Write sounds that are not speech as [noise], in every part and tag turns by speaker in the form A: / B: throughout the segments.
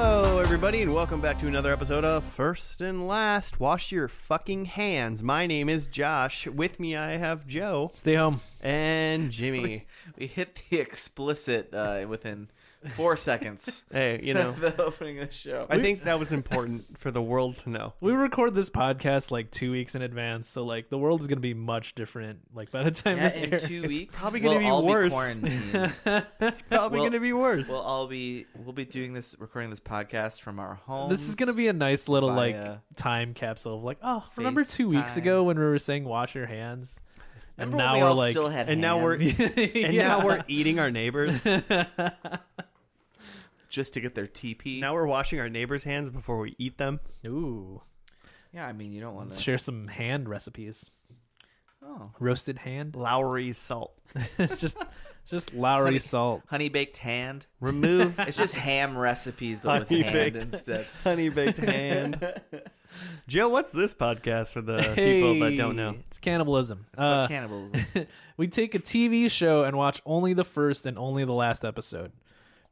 A: everybody, and welcome back to another episode of First and Last. Wash your fucking hands. My name is Josh. With me, I have Joe
B: Stay home.
A: and
C: [laughs]
A: Jimmy.
C: We hit the explicit uh, within four seconds.
A: [laughs] Hey, you
C: [laughs]
A: know,
C: the opening of the show.
A: I think that was important for the world to know.
B: We record this podcast like two weeks in advance, so like the world's gonna be much different. Like by the time
C: yeah,
B: this
C: in
B: airs,
C: two weeks,
A: probably gonna
C: we'll
A: be
C: all
A: worse.
C: Be
A: [laughs]
C: quarantined.
A: It's probably
C: Well-
A: going to be worse.
C: we'll all be we'll be doing this, recording this podcast from our
B: [laughs]
C: homes.
B: this is gonna be a nice little
C: Via
B: like time capsule of like, oh, remember two weeks
C: FaceTime.
B: ago when we were saying wash your hands,
C: Remember when we all still had
A: and now we're
C: hands
A: [laughs] and now we're eating our
C: [laughs]
A: neighbors.
C: just to get their TP.
A: now we're washing our neighbors' hands before we eat them.
B: ooh
C: yeah, I mean you don't want to.
B: share some hand recipes.
C: Oh,
B: Roasted hand.
A: Lowry's salt.
B: [laughs] it's just just Lowry salt.
C: honey baked hand.
A: Remove
C: It's just ham recipes, but
A: [laughs]
C: with
A: Honey
C: hand
A: baked.
C: instead.
A: [laughs] honey
C: [laughs]
A: baked hand. Joe, what's this podcast for the people that don't know?
B: Hey, It's cannibalism.
C: It's about
A: [laughs]
B: Uh,
C: cannibalism.
B: [laughs] we take a TV show and watch only the first and only the last episode.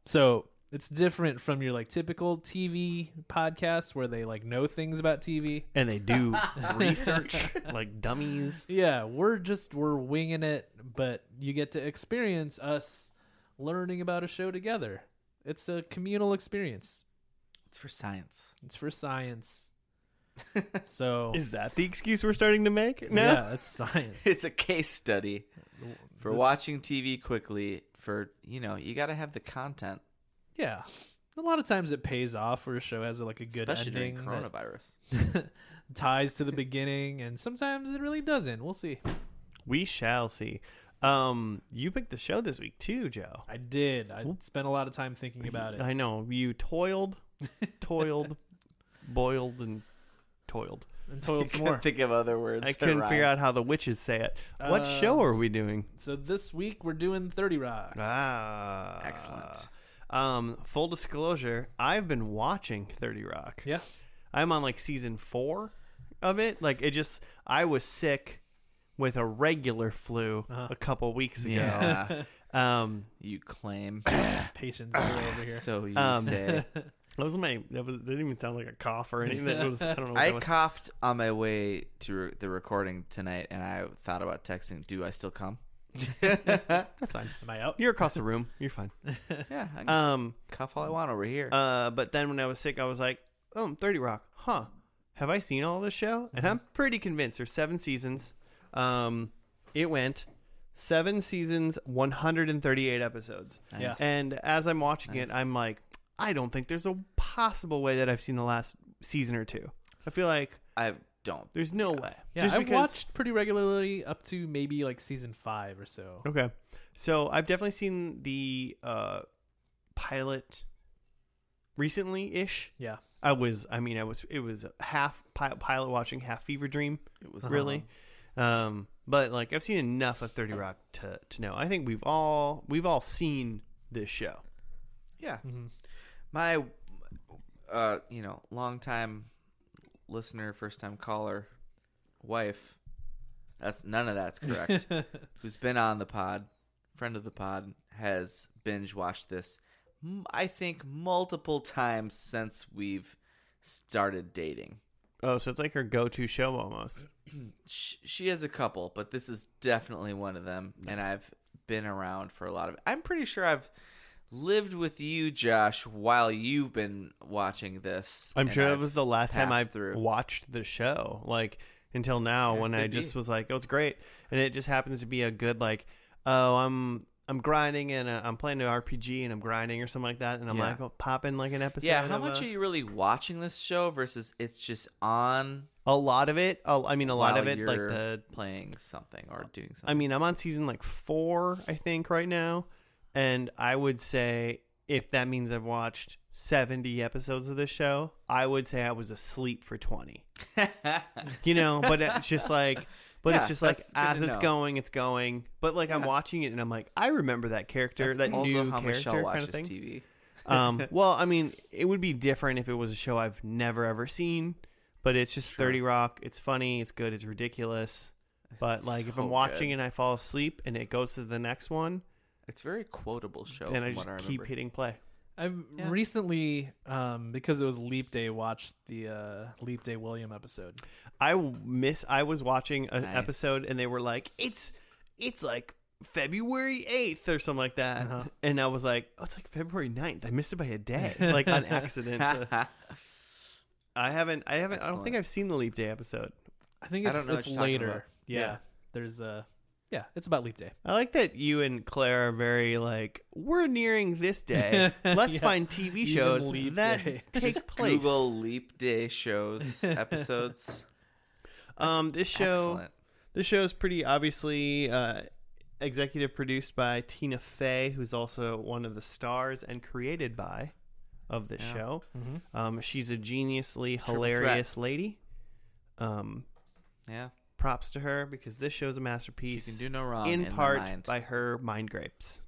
B: So it's different from your like typical TV podcasts where they like know things about TV.
A: And they do research like dummies.
B: Yeah, we're just we're winging it, but you get to experience us learning about a show together. It's a communal experience.
C: It's for science.
B: It's for
C: [laughs]
B: science. So
A: Is that the excuse we're starting to make? No.
B: yeah, it's science.
C: [laughs] It's a case study for
B: This-
C: watching TV quickly. For you know, you got to have the content,
B: Yeah. A lot of times it pays off where a show has like a good
C: especially during
B: ending. that-
C: coronavirus. [laughs]
B: [laughs] ties to the beginning, and sometimes it really doesn't. We'll see.
A: We shall see. Um, you picked the show this week too, Joe.
B: I did. I spent a lot of time thinking about it.
A: I know. You toiled, toiled, boiled, and toiled.
B: And
C: [laughs]
B: toiled some
C: Couldn't
B: more.
C: think of other words.
A: I
C: that
A: couldn't
C: rhyme.
A: figure out how the witches say it. What
B: Uh,
A: show are we doing?
B: So this week we're doing 30 Rock.
A: Ah,
C: Excellent.
A: Um, full disclosure, I've been watching Thirty Rock.
B: Yeah.
A: I'm on like season four of it. Like it just, I was sick with a regular flu
B: Uh-huh.
A: a couple weeks ago.
C: Yeah,
A: [laughs] Um,
C: [laughs]
A: [coughs]
C: you claim.
B: Patience everywhere over
C: [coughs]
B: here.
C: so you
A: Um, [laughs]
C: say.
A: that was my that was that didn't even sound like a cough or anything. That was I don't know. What
C: I
A: that was.
C: coughed on my way to re- the recording tonight, and I thought about texting. Do I still
A: [laughs]
C: come? yeah,
A: That's fine.
B: Am I out?
A: You're across the room. You're fine.
C: I can
A: Um,
C: cough all I want over here.
A: uh, but then when I was sick, I was like, oh, 30 Rock, huh? Have I seen all this show?
B: Mm-hmm.
A: And I'm pretty convinced there's seven seasons. Um, it went seven seasons, 138 episodes.
C: Nice.
B: yeah.
A: And as I'm watching it,
C: Nice.
A: I'm like, I don't think there's a possible way that I've seen the last season or two. I feel like
C: I don't.
A: there's no way.
B: Yeah, I watched pretty regularly up to maybe like season five or so.
C: Oh.
A: Okay. So I've definitely seen the uh, pilot recently ish.
B: Yeah.
A: I was, I mean, I was, it was half pi- pilot watching, half fever dream,
C: It was
A: really. Um, but like, I've seen enough of 30 Rock to, to know. I think we've all, we've all seen this show.
C: Yeah.
B: Mhm.
C: My, uh, you know, long time listener, first time caller, wife. That's none of that's correct. who's been on the pod, friend of the pod, has binge watched this. m- I think multiple times since we've started dating.
A: Oh, so it's like her go to show almost.
C: Sh- She has a couple, but this is definitely one of them. And I've been around for a lot of. I'm pretty sure I've lived with you, Josh, while you've been watching this.
A: I'm
C: and
A: sure that
C: I've
A: was the last time I
C: passed through.
A: watched the show. Like until now,
C: Yeah, it
A: when I
C: could
A: just
C: be.
A: was like, "Oh, it's great," and it just happens to be a good like, "Oh, I'm I'm grinding and uh, I'm playing an RPG and I'm grinding or something like that," and I'm
C: Yeah.
A: like, "Oh, pop in like an episode."
C: Yeah, how
A: of uh,
C: much
A: a,
C: are you really watching this show versus it's just on
A: a lot of it. Oh, I mean, a lot
C: while
A: of it, like
C: you're
A: the.
C: playing something or doing something?
A: I mean, I'm on season like four, I think, right now, and I would say if that means I've watched 70 episodes of this show, I would say I was asleep for
C: [laughs]
A: 20. you know but it's just like but it's
C: Yeah,
A: just like
C: that's good
A: as
C: to
A: it's
C: know.
A: going it's going but like i'm watching it and i'm like i remember that character that
C: also
A: new
C: how
A: character
C: Michelle
A: kind
C: watches
A: of thing
C: TV.
A: um
C: [laughs]
A: well i mean it would be different if it was a show i've never ever seen but it's just 30 rock it's funny it's good it's ridiculous but
C: It's
A: like if
C: so
A: i'm watching
C: good.
A: and i fall asleep and it goes to the next one
C: It's a very quotable show.
A: then i
C: Oh, from what
A: just
C: I
A: keep
C: remember.
A: hitting play
B: I
C: Yeah.
B: recently, um, because it was Leap Day, watched the uh, Leap Day William episode.
A: I w- miss. I was watching an
C: Nice.
A: episode and they were like, "It's it's like February eighth or something like that,"
B: Uh-huh.
A: and I was like, "Oh, it's like February 9th. I missed it by a
C: [laughs]
A: day, like on accident." I haven't. I haven't. I don't think
C: Excellent.
A: I've seen the Leap Day episode.
B: I think
C: I
B: it's,
C: don't know
B: it's
C: what you're talking
B: later.
C: about.
B: Yeah,
A: Yeah.
B: there's uh, yeah, it's about Leap Day.
A: I like that you and Claire are very like we're nearing this
C: [laughs]
A: day. Let's
B: Yeah.
A: find TV
B: Even
A: shows
B: Leap
A: that
B: Day.
A: take place.
C: [laughs] Google Leap Day
A: [laughs]
C: shows episodes.
A: um, this show.
C: Excellent.
A: This show is pretty obviously uh, executive produced by Tina Fey, who's also one of the stars and created by of this
C: Yeah. Mm-hmm.
A: show.
B: Mhm.
A: Um, she's a geniusly
C: Triple
A: hilarious lady. Um,
C: Yeah,
A: props to her because this show's a
C: you
A: masterpiece.
C: can do no wrong
A: in,
C: in,
A: part
C: the mind.
A: by her mind grapes.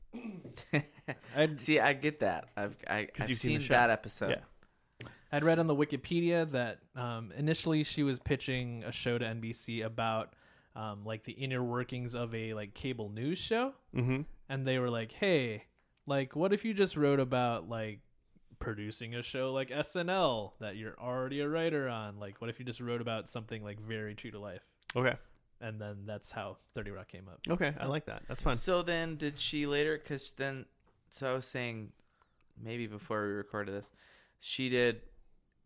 B: I'd
C: See, I get that. I've I, I've
A: you've seen
C: seen,
A: the show.
C: that episode.
A: Yeah.
B: I'd read on the Wikipedia that um, initially she was pitching a show to NBC about um, like the inner workings of a like cable news show,
A: Mm-hmm.
B: and they were like, "Hey, like, what if you just wrote about like producing a show like SNL that you're already a writer on? Like, what if you just wrote about something like very true to life?"
A: Okay.
B: And then that's how Thirty Rock came up.
A: Okay. I like that. That's fun.
C: So then, did she later? Because then, so I was saying, maybe before we recorded this, she did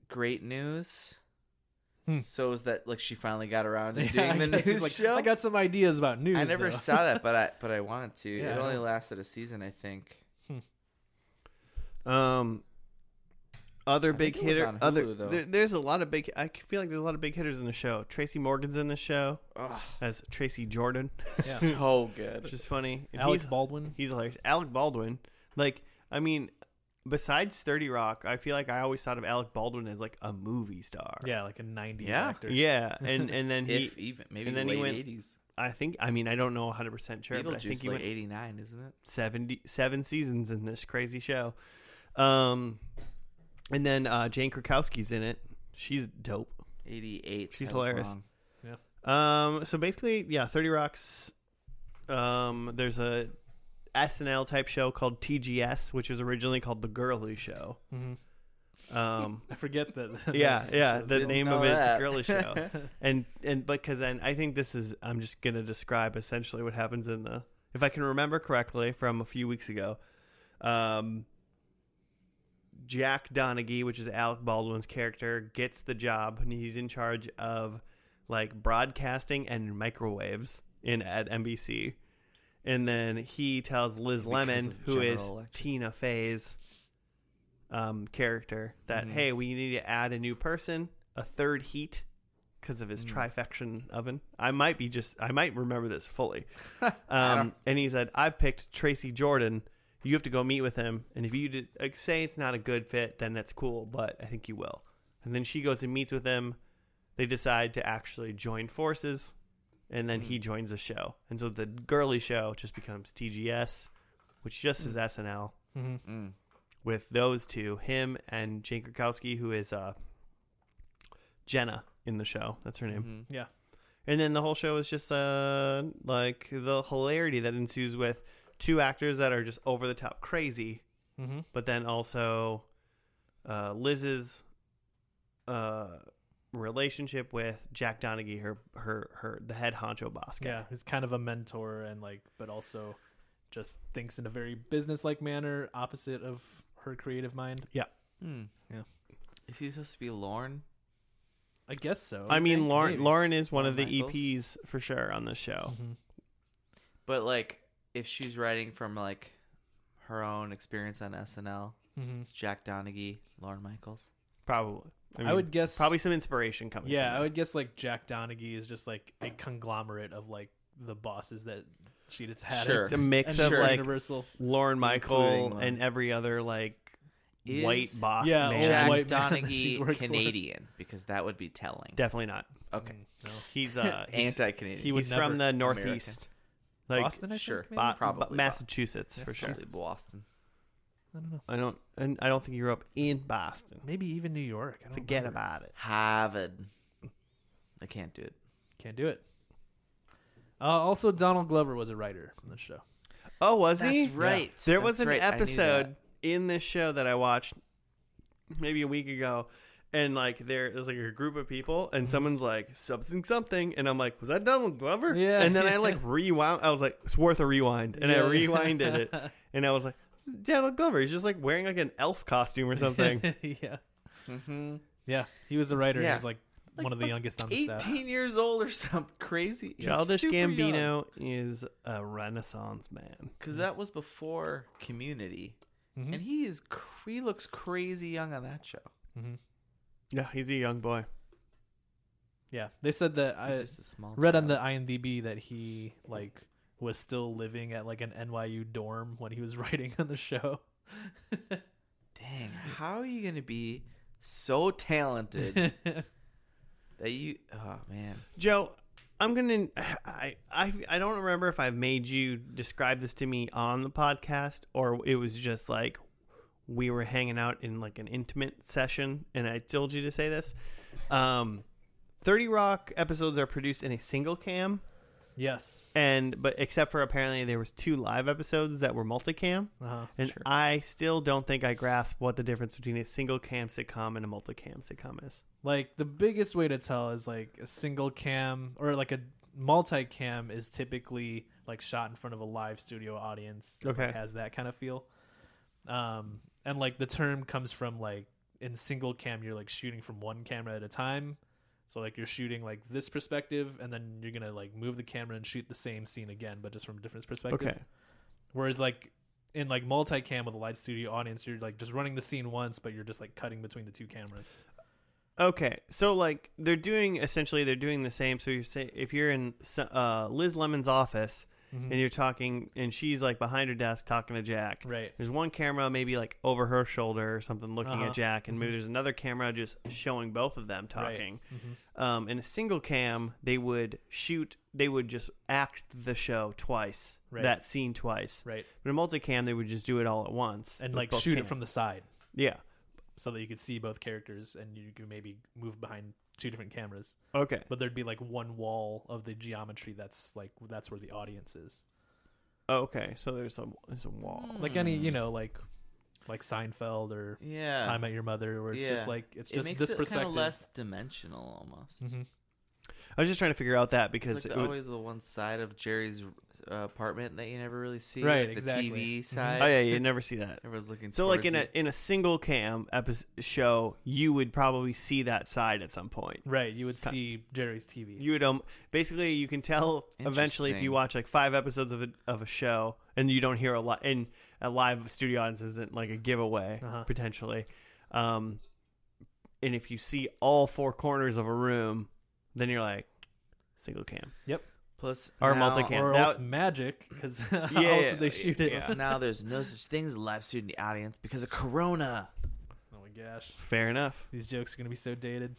C: great news.
B: Hmm.
C: So was that like she finally got around to
B: Yeah,
A: [laughs]
B: I
C: [laughs] doing the
B: guess she's
C: news
B: like,
C: show?
B: I got some ideas about news.
C: I never
B: though."
C: saw that, but I but I wanted to.
B: Yeah,
C: it
B: I
C: only
B: don't-
C: lasted a season, I think.
A: Um, other
C: I
A: big
C: think it was
A: hitter.
C: on
A: other
C: Hulu, though.
A: there, there's a lot of big. I feel like there's a lot of big hitters in the show. Tracy Morgan's in the show [laughs]
C: Oh,
A: as Tracy Jordan.
C: so
A: which
C: good.
A: is funny. And
B: [laughs] Alex
A: he's,
B: Baldwin.
A: he's hilarious. Alec Baldwin, like, I mean, besides Thirty Rock, I feel like I always thought of Alec Baldwin as like a movie star.
B: Yeah, like a '90s
C: Yeah.
B: actor.
A: yeah, and and then he,
C: if even maybe
A: and then he
C: late
A: went-
C: eighties.
A: I think, I mean, I don't know 100 percent sure, but I think
C: Beetlejuice
A: he
C: like
A: went
C: eighty nine, isn't it?
A: 70, seven seasons in this crazy show. Um, and then uh, Jane Krakowski's in it. She's dope.
C: Eighty eight.
A: She's hilarious. Um, so basically, yeah, Thirty Rocks. Um, there's a SNL type show called TGS, which was originally called The Girly Show.
B: Mhm.
A: Um,
B: I forget [laughs] that.
A: yeah,
B: that's-
A: yeah, the
C: Didn't
A: name of
C: know
A: it's
C: that.
A: Girly Show,
B: [laughs]
A: and and because then I think this is I'm just gonna describe essentially what happens in the if I can remember correctly from a few weeks ago. Um, Jack Donaghy, which is Alec Baldwin's character, gets the job and he's in charge of like broadcasting and microwaves in at NBC. And then he tells Liz
C: Because
A: Lemon,
C: of
A: who is
C: General Electric.
A: Tina Fey's um, character, that
C: Mhm.
A: hey, we need to add a new person, a third heat, because of
C: Mm.
A: his trifection oven. I might be just I might remember this
C: [laughs]
A: fully. Um, and he said, I picked Tracy Jordan. You have to go meet with him. And if you did, like, say it's not a good fit, then that's cool, but I think you will. And then she goes and meets with him. They decide to actually join forces. And then he joins the show. And so the girly show just becomes TGS, which just is SNL
B: Mhm.
C: Mm.
A: with those two, him and Jane Krakowski, who is uh, Jenna in the show. That's her name.
C: Mhm.
B: Yeah.
A: And then the whole show is just uh like the hilarity that ensues with two actors that are just over the top crazy,
B: Mhm.
A: but then also uh Liz's uh relationship with Jack Donaghy, her her her the head honcho boss guy.
B: Yeah, who's kind of a mentor and like, but also just thinks in a very businesslike manner, opposite of her creative mind.
C: Hmm.
B: Yeah.
C: Is he supposed to be Lorne?
B: I guess so.
A: I mean
C: think?
A: Lauren
C: Maybe.
A: Lauren is one
C: Oh, Lauren
A: of the
C: Michaels?
A: EPs for sure on this show.
B: Mhm.
C: But like, if she's writing from like her own experience on SNL,
B: Mhm.
C: it's Jack Donaghy, Lauren Michaels.
A: Probably.
B: I,
A: mean,
B: would guess
A: probably some inspiration coming
B: Yeah,
A: from
B: I
A: that.
B: would guess like Jack Donaghy is just like a conglomerate of like the bosses that she had had.
C: Sure.
A: it's a mix
B: [laughs] And
A: of
C: Sure.
A: like
B: Universal.
A: Lauren Michael
C: Lauren.
A: and every other like
C: Is
A: white boss
B: Yeah,
A: man.
B: old
C: Jack
B: white man [laughs] that she's
C: Donaghy
B: worked for.
C: Canadian? Because that would be telling.
A: Definitely not.
C: Okay.
B: Mm, No.
A: He's
C: [laughs]
A: uh he's,
C: Anti-Canadian.
B: he would
A: he's from the
B: never-
A: northeast. Like
B: Boston, I
C: sure.
B: think. maybe?
A: Bo-
C: Probably
A: Bo- Massachusetts for sure.
C: Probably Boston.
B: I don't know.
A: I don't and I don't think he grew up in Boston.
B: Maybe even New York. I don't
A: Forget
B: remember.
A: about it.
C: Harvard. I can't do it.
B: Can't do it. Uh, also, Donald Glover was a writer on the show.
A: [laughs]
B: [laughs]
A: Oh, was he?
C: That's right.
A: There
C: That's
A: was an
C: right, I knew that.
A: episode in this show that I watched maybe a week ago, and like there there's like a group of people, and someone's like something something, and I'm like, was that Donald Glover?
B: Yeah.
A: And then I like rewound. I was like, it's worth a rewind, and I
B: Yeah.
A: rewinded it, and I was like, "It's Donald Glover. He's just like wearing like an elf costume or
B: [laughs]
A: something.
B: yeah.
C: Mm-hmm.
B: Yeah. He was a writer. He
C: Yeah.
B: was like, one of the youngest on the staff.
C: 18 years old or something [laughs] crazy.
A: Childish Gambino is a Renaissance man.
C: Because that was before Community.
B: Mhm.
C: And he is, cr- he looks crazy young on that show.
B: Mm-hmm.
A: Yeah, he's a young boy.
B: Yeah. They said that
C: He's
B: I
C: just a small
B: read on
C: child.
B: the IMDb that he like was still living at like an NYU dorm when he was [laughs] writing on the show.
C: Dang, how are you going to be
B: [laughs]
C: so talented that you, oh man.
A: Joe, I'm gonna. I, I I don't remember if I've made you describe this to me on the podcast or it was just like we were hanging out in like an intimate session and I told you to say this. Um, Thirty Rock episodes are produced in a single cam,
B: yes.
A: and but except for apparently there was two live episodes that were multicam.
B: Uh-huh.
A: And
C: Sure.
A: I still don't think I grasp what the difference between a single cam sitcom and a multicam sitcom is.
B: Like the biggest way to tell is like a single cam or like a multi cam is typically like shot in front of a live studio audience. that, like,
A: Okay.
B: has that kind of feel. Um and like the term comes from like in single cam you're like shooting from one camera at a time. So like you're shooting like this perspective and then you're going to like move the camera and shoot the same scene again but just from a different perspective.
A: Okay.
B: Whereas like in like multicam with a live studio audience, you're like just running the scene once, but you're just like cutting between the two cameras.
A: Okay, so like they're doing essentially they're doing the same. So you're saying if you're in s- uh, Liz Lemon's office and
B: Mm. Mm-hmm.
A: you're talking, and she's like behind her desk talking to Jack.
B: Right.
A: There's one camera maybe like over her shoulder or something looking
B: Uh-huh.
A: at Jack, and maybe there's another camera just showing both of them talking.
B: Mhm.
A: Um, in a single cam, they would shoot, they would just act the show twice,
B: Right.
A: that scene twice.
B: Right.
A: But in multicam, they would just do it all at once
B: And
A: with
B: like
A: both
B: shoot it
A: cams.
B: from the side
A: yeah.
B: so that you could see both characters and you could maybe move behind two different cameras.
A: Okay.
B: But there'd be like one wall of the geometry that's like that's where the audience is.
A: Okay. So there's a there's a wall.
B: Like any,
A: Hmm.
B: you know, like like Seinfeld or
C: Yeah.
B: I Met Your Mother where it's just
C: Yeah.
B: like it's
C: it
B: just
C: makes
B: this
C: it
B: perspective.
C: Kind of less dimensional almost.
B: Mhm.
A: I was just trying to figure out that because
C: It's like
A: it was,
C: always the one side of Jerry's uh, apartment that you never really see.
B: Right,
C: like
B: exactly.
C: The TV
B: Mhm.
C: side.
A: oh
C: [laughs]
A: yeah, you never see that.
C: Everyone's looking.
A: So like
C: towards
A: in a
C: it.
A: in a single cam episode show, you would probably see that side at some point.
B: Right, you would see Jerry's TV.
A: You would um basically you can tell eventually if you
C: Interesting.
A: watch like five episodes of a of a show and you don't hear a lot and a live studio audience isn't like a giveaway
B: Uh-huh.
A: potentially, um, and if you see all four corners of a room, then you're like single cam.
C: plus
A: or
C: now,
B: [laughs]
A: multicam.
B: or
A: Now-
B: else magic because [laughs] how else
A: Yeah,
B: did they shoot it?
A: yeah.
C: plus now there's no such thing as a live student in the audience because of Corona.
B: [laughs] Oh my gosh,
A: Fair enough,
B: these jokes are gonna be so
C: [laughs]
B: dated.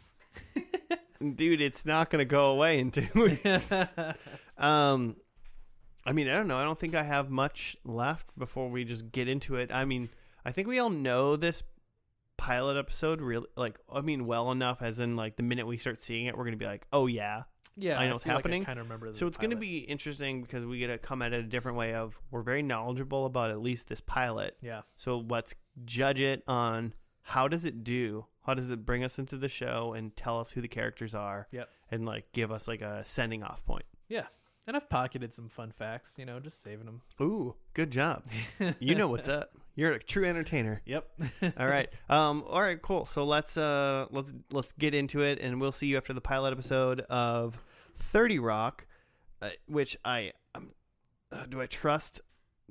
B: [laughs]
A: dude. It's not gonna go away in two [laughs] weeks.
B: yeah,
A: Um, I mean, I don't know. I don't think I have much left before we just get into it. I mean, I think we all know this pilot episode really like I mean well enough as in like the minute we start seeing it we're going to be like, "Oh yeah." I know it's
B: feel like
A: happening.
B: I kind of remember.
A: So it's going to be interesting because we get to come at it a different way of we're very knowledgeable about at least this pilot.
B: yeah,
A: So let's judge it on how does it do? How does it bring us into the show and tell us who the characters are
B: Yep.
A: and like give us like a sending off point.
B: yeah. And I've pocketed some fun facts, you know, just saving them.
A: Ooh, good job. You know what's up. You're a true entertainer.
B: [laughs] Yep.
A: All right. Um all right, cool. So let's uh let's let's get into it and we'll see you after the pilot episode of 30 Rock, uh, which I um, uh, do I trust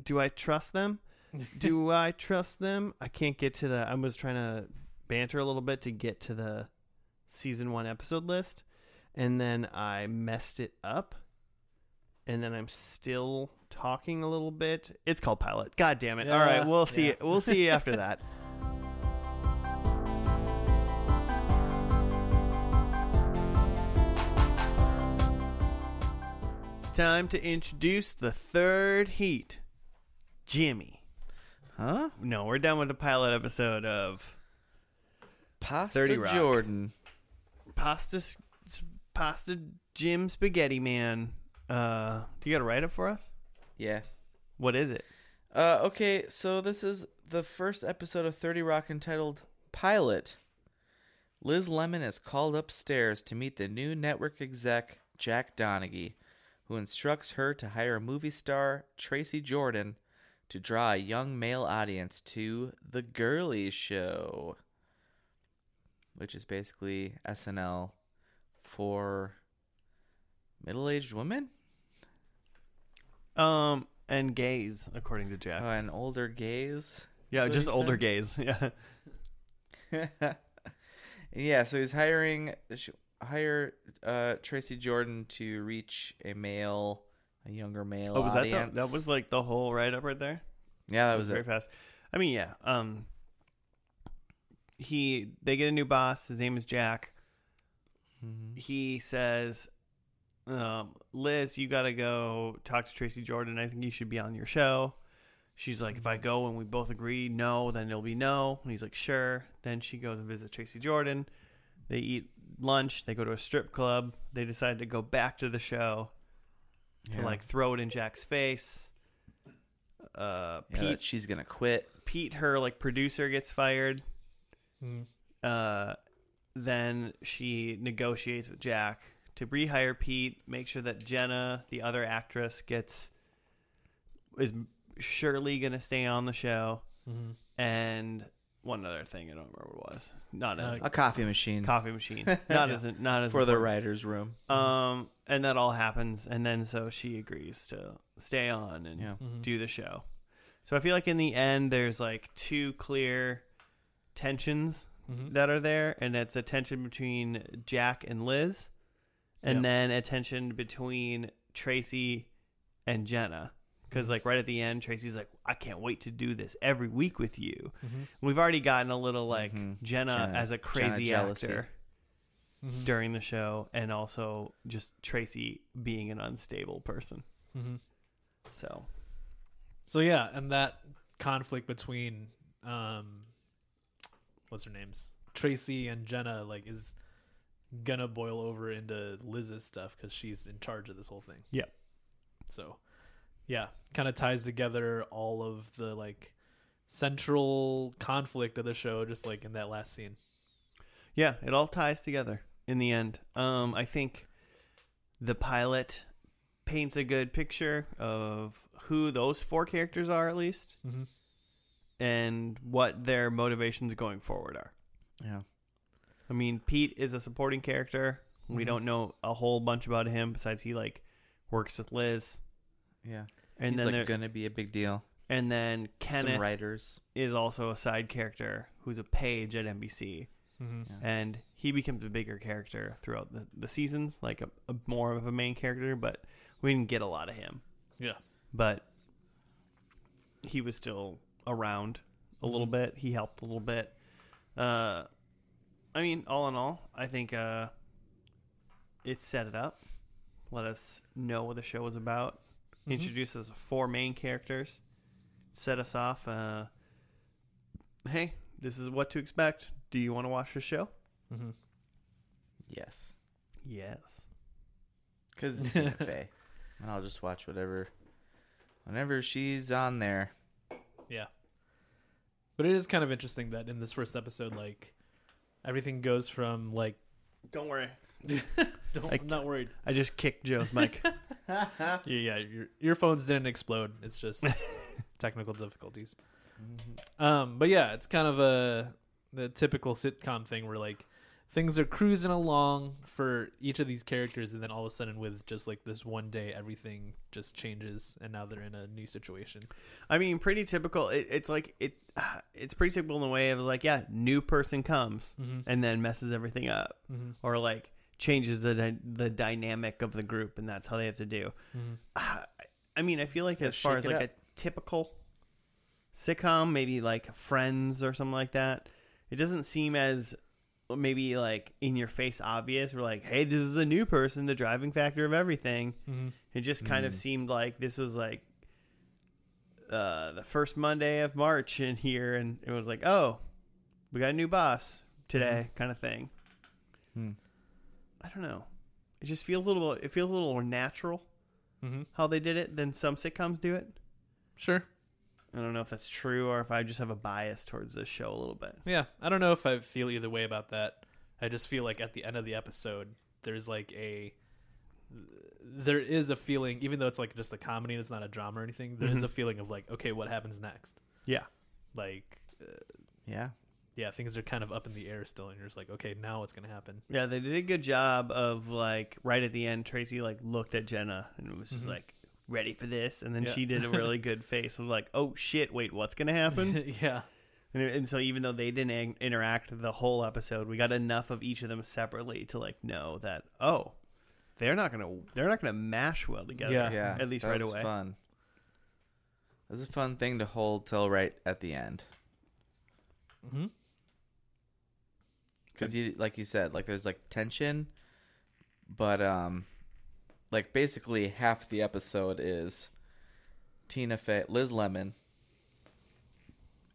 A: do I trust them? [laughs] Do I trust them? I can't get to the I was trying to banter a little bit to get to the season 1 episode list and then I messed it up. And then I'm still talking a little bit. It's called pilot. God damn it. All
B: Yeah,
A: right, we'll see.
B: yeah.
A: We'll see you after
B: [laughs]
A: that. It's time to introduce the third heat, Jimmy.
C: Huh?
A: No, we're done with the pilot episode of
C: Pasta
A: 30 Rock.
C: Jordan.
A: Pasta S- S- Pasta Jim Spaghetti Man. Uh, do you got to write it for us?
C: Yeah.
A: What is it?
C: Uh, okay, so this is the first episode of 30 Rock entitled Pilot, Liz Lemon is called upstairs to meet the new network exec, Jack Donaghy, who instructs her to hire movie star Tracy Jordan to draw a young male audience to The Girly Show, which is basically SNL for middle aged women?
A: Um, and gays, according to Jeff.
C: [laughs] Oh, and older gays.
A: yeah,
C: what
A: just
C: he
A: older
C: said?
A: gays. [laughs] Yeah.
C: [laughs] yeah, so he's hiring sh- hire uh, Tracy Jordan to reach a male, a younger male.
A: Oh, was that the,
C: audience.
A: that was like the whole write up right there?
C: yeah, that was
A: very
C: it.
A: fast. I mean, yeah. Um, he they get a new boss. His name is Jack.
C: Mm-hmm.
A: He says, um, "Liz, you got to go talk to Tracy Jordan. I think you should be on your show." She's like, "If
C: Mm-hmm.
A: I go and we both agree no, then it'll be no." And he's like, "Sure." Then she goes and visits Tracy Jordan. They eat lunch. They go to a strip club. They decide to go back to the show to
C: Yeah.
A: like throw it in Jack's face. Uh,
C: Yeah,
A: Pete
C: that she's gonna quit.
A: Pete, her like producer, gets fired.
B: Mhm.
A: Uh, then she negotiates with Jack to rehire Pete, make sure that Jenna, the other actress, gets is surely going to stay on the show.
B: Mhm.
A: And one other thing, I don't remember what it was. Not as
B: Uh,
C: A coffee machine
A: coffee
C: [laughs]
A: machine. Not as not as
C: for the
A: important.
C: writers' room.
A: Um, and that all happens, and then so she agrees to stay on and
C: Yeah.
A: do the show. So I feel like in the end, there's like two clear tensions
C: Hmm.
B: Mhm.
A: that are there, and it's a tension between Jack and Liz, and
B: Yeah.
A: then a tension between Tracy and Jenna. Because
C: Hmm.
A: like right at the end, Tracy's like, "I can't wait to do this every week with you."
B: Mm-hmm.
A: We've already gotten a little like
C: Mhm.
A: Jenna,
C: Jenna-
A: as a
C: Jenna
A: crazy
C: jealousy. Hmm.
A: actor
B: Mhm.
A: during the show and also just Tracy being an unstable person.
B: Mhm.
A: So,
B: So yeah, and that conflict between um what's her names? Tracy and Jenna like is gonna boil over into Liz's stuff cuz she's in charge of this whole thing.
A: Yeah.
B: So yeah, kind of ties together all of the like central conflict of the show just like in that last scene.
A: yeah, it all ties together in the end. Um I think the pilot paints a good picture of who those four characters are at least
B: Mhm.
A: and what their motivations going forward are.
C: Yeah,
A: I mean, Pete is a supporting character. We
B: Mhm.
A: don't know a whole bunch about him besides he like works with Liz.
C: yeah.
A: And
C: He's
A: then
C: like
A: there,
C: gonna be a big deal.
A: and then Kenneth
C: Some writers.
A: is also a side character who's a page at NBC, Mm-hmm.
B: Mhm.
C: Yeah.
A: and he becomes a bigger character throughout the, the seasons, like a, a more of a main character. But we didn't get a lot of him,
B: Yeah.
A: but he was still around a little
B: Mhm.
A: bit. He helped a little bit. Uh, I mean, all in all, I think uh, it set it up. Let us know what the show was about.
B: Mhm.
A: Introduced us to four main characters. Set us off. Uh, hey, this is what to expect. Do you want to watch the show?
B: Mhm.
C: Yes,
A: Yes.
C: because
A: [laughs]
C: it's Tina Fey, and I'll just watch whatever, whenever she's
A: [laughs]
C: on there.
B: Yeah. But it is kind of interesting that in this first episode like everything goes from like
A: Don't worry.
B: don't,
A: I-
B: I'm not worried.
A: I just kicked Joe's mic.
C: Mm-hmm.
B: Yeah, yeah. Your your phones didn't explode. It's just technical difficulties. Um, but yeah, it's kind of a the typical sitcom thing where like things are cruising along for each of these characters, and then all of a sudden, with just like this one day, everything just changes, and now they're in a new situation.
A: I mean, pretty typical. It, it's like it. [sighs] It's pretty typical in the way of like, yeah, new person comes
B: Mm-hmm.
A: and then messes everything up,
B: Mm-hmm.
A: or like changes the dy- the dynamic of the group, and that's how they have to do. [sighs]
B: Mm-hmm.
A: I I mean, I feel like as
C: shake
A: far as
C: it
A: like
C: up.
A: a typical sitcom, maybe like Friends or something like that, it doesn't seem as maybe like in your face obvious. We're like, hey, this is a new person, the driving factor of everything.
B: Mm-hmm.
A: It just kind of
C: Mm.
A: seemed like this was like uh, the first Monday of March in here, and it was like, oh, we got a new boss today, kind of thing.
C: Hmm.
A: I don't know. It just feels a little. It feels a little more natural
B: Mm-hmm.
A: how they did it than some sitcoms do it.
B: Sure.
A: I don't know if that's true or if I just have a bias towards this show a little bit.
B: Yeah, I don't know if I feel either way about that. I just feel like at the end of the episode, there's like a there is a feeling, even though it's like just a comedy, it's not a drama or anything. There is a feeling of like, okay, what happens next?
A: Yeah.
B: Like, uh,
C: Yeah.
B: yeah, things are kind of up in the air still, and you're just like, okay, now what's gonna happen?
A: Yeah, they did a good job of like right at the end, Tracy like looked at Jenna and was just like, ready for this? And then
B: Yeah.
A: she did a really good face of like, oh shit, wait, what's going to happen?
B: [laughs] yeah,
A: and, and so even though they didn't ag- interact the whole episode, we got enough of each of them separately to like know that, oh, they're not going to, they're not going to mash well together.
B: Yeah.
C: Yeah.
A: [laughs] At least
C: that
A: right
C: was
A: away.
C: Fun. That was a fun thing to hold till right at the end.
B: hmm
C: because you like you said like there's like tension but um like basically half the episode is tina fey liz lemon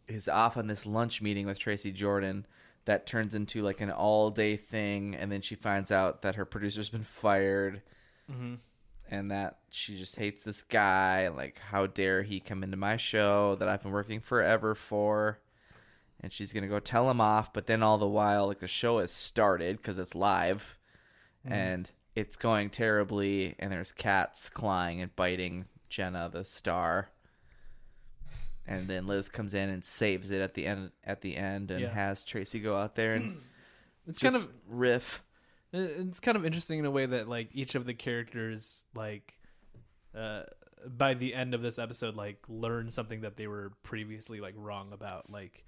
C: is off on this lunch meeting with tracy jordan that turns into like an all day thing and then she finds out that her producer's been fired
B: Mhm.
C: and that she just hates this guy and like how dare he come into my show that i've been working forever for and she's gonna go tell him off. But then all the while, like the show has started because it's live,
B: Mm-hmm.
C: and it's going terribly. And there's cats clawing and biting Jenna, the star. And then Liz comes in and saves it at the end. At the end, and
B: Yeah.
C: has Tracy go out there and
B: [clears throat] it's
C: just
B: kind of
C: riff.
B: it's kind of interesting in a way that like each of the characters like uh by the end of this episode like learn something that they were previously like wrong about like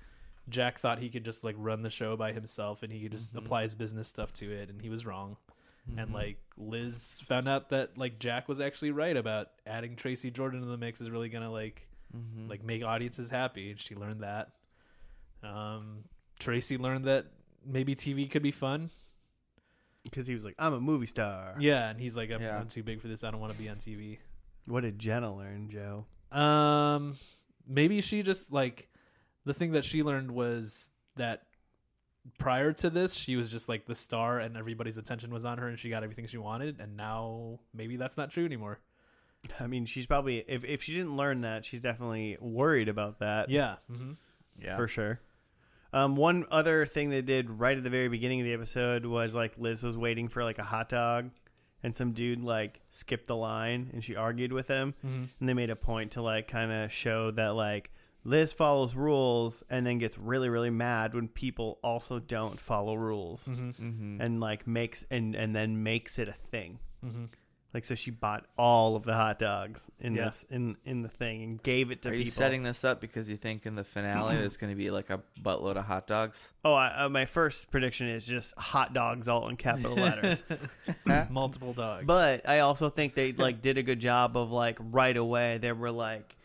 B: jack thought he could just like run the show by himself and he could just apply his business stuff to it and he was wrong
C: Mm-hmm.
B: and like liz found out that like jack was actually right about adding tracy jordan to the mix is really gonna like
C: Mm-hmm.
B: like make audiences happy and she learned that um tracy learned that maybe tv could be fun
A: Because he was like, I'm a movie star.
B: yeah, and he's like, I'm,
C: Yeah.
B: I'm too big for this. I don't want to be on TV.
A: What did Jenna learn, Joe?
B: Um, maybe she just like the thing that she learned was that prior to this, she was just like the star, and everybody's attention was on her, and she got everything she wanted. And now maybe that's not true anymore.
A: I mean, she's probably if if she didn't learn that, she's definitely worried about that.
B: Yeah, hmm
C: Yeah,
A: for sure. Um, one other thing they did right at the very beginning of the episode was like Liz was waiting for like a hot dog, and some dude like skipped the line, and she argued with him, and they made a point to like kind of show that like Liz follows rules, and then gets really really mad when people also don't follow rules,
C: Mm-hmm.
A: and like makes and and then makes it a thing. Like so, she bought all of the hot dogs in
B: Yeah.
A: this in in the thing and gave it to
C: Are
A: people.
C: you setting this up because you think in the finale there's going to be like a buttload of hot dogs?
A: Oh, I, uh, my first prediction is just hot dogs all in
B: [laughs]
A: capital letters.
B: multiple dogs.
A: but I also think they like did a good job of like right away they were like,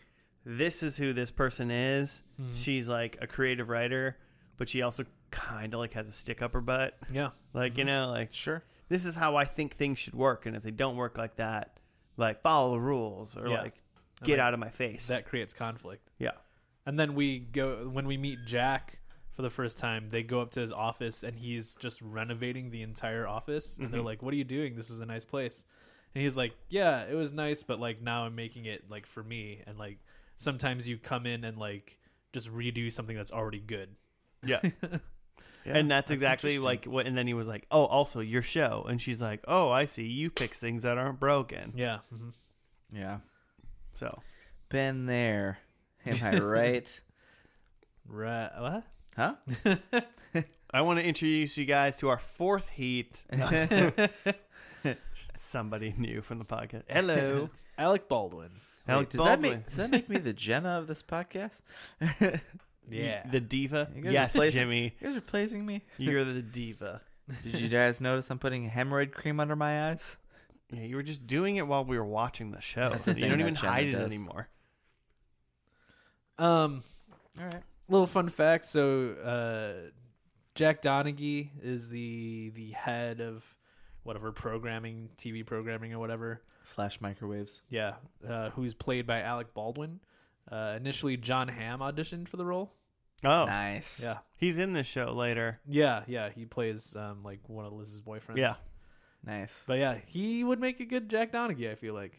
A: this is who this person is.
B: Hmm.
A: She's like a creative writer, but she also kind of like has a stick up her butt.
B: yeah,
A: Like
B: Mm-hmm.
A: you know, like
C: Sure.
A: this is how I think things should work, and if they don't work like that, like follow the rules or
B: Yeah.
A: like get
B: like,
A: out of my face.
B: that creates conflict.
A: yeah,
B: And then we go when we meet Jack for the first time. They go up to his office and he's just renovating the entire office. And they're like, "What are you doing? This is a nice place." And he's like, "Yeah, it was nice, but like now I'm making it like for me." And like sometimes you come in and like just redo something that's already good.
A: [laughs] yeah. and that's, exactly
C: interesting.
A: like what. And then he was like, "Oh, also your show," and she's like, "Oh, I see. You fix things that aren't broken."
B: Yeah, hmm
C: Yeah.
A: So
C: Been there. Am I right?
B: right. What?
C: huh?
A: I want to introduce you guys to our fourth heat. [laughs] Somebody new from the podcast. Hello,
B: [laughs] It's Alec Baldwin.
A: Alec
C: does
A: Baldwin,
C: that make does that make me the Jenna of this podcast? [laughs]
B: Yeah.
A: the diva.
C: You guys
A: Yes,
C: replace-
A: Jimmy,
C: You guys replacing me?
A: you're the diva.
C: Did you guys notice I'm putting hemorrhoid cream under my eyes?
A: Yeah, you were just doing it while we were watching the show.
C: That's a
A: you
C: thing
A: don't
C: that
A: even
C: Jenna
A: hide it
C: does.
A: anymore.
B: um.
C: All right.
B: little fun fact so uh jack donaghy is the the head of whatever programming tv programming or whatever
C: Slash microwaves.
B: yeah uh who's played by alec baldwin uh initially john hamm auditioned for the role
A: Oh,
C: Nice.
B: yeah
A: he's in this show later.
B: yeah yeah he plays um like one of liz's boyfriends
A: Yeah.
C: Nice.
B: but yeah he would make a good jack donaghy i feel like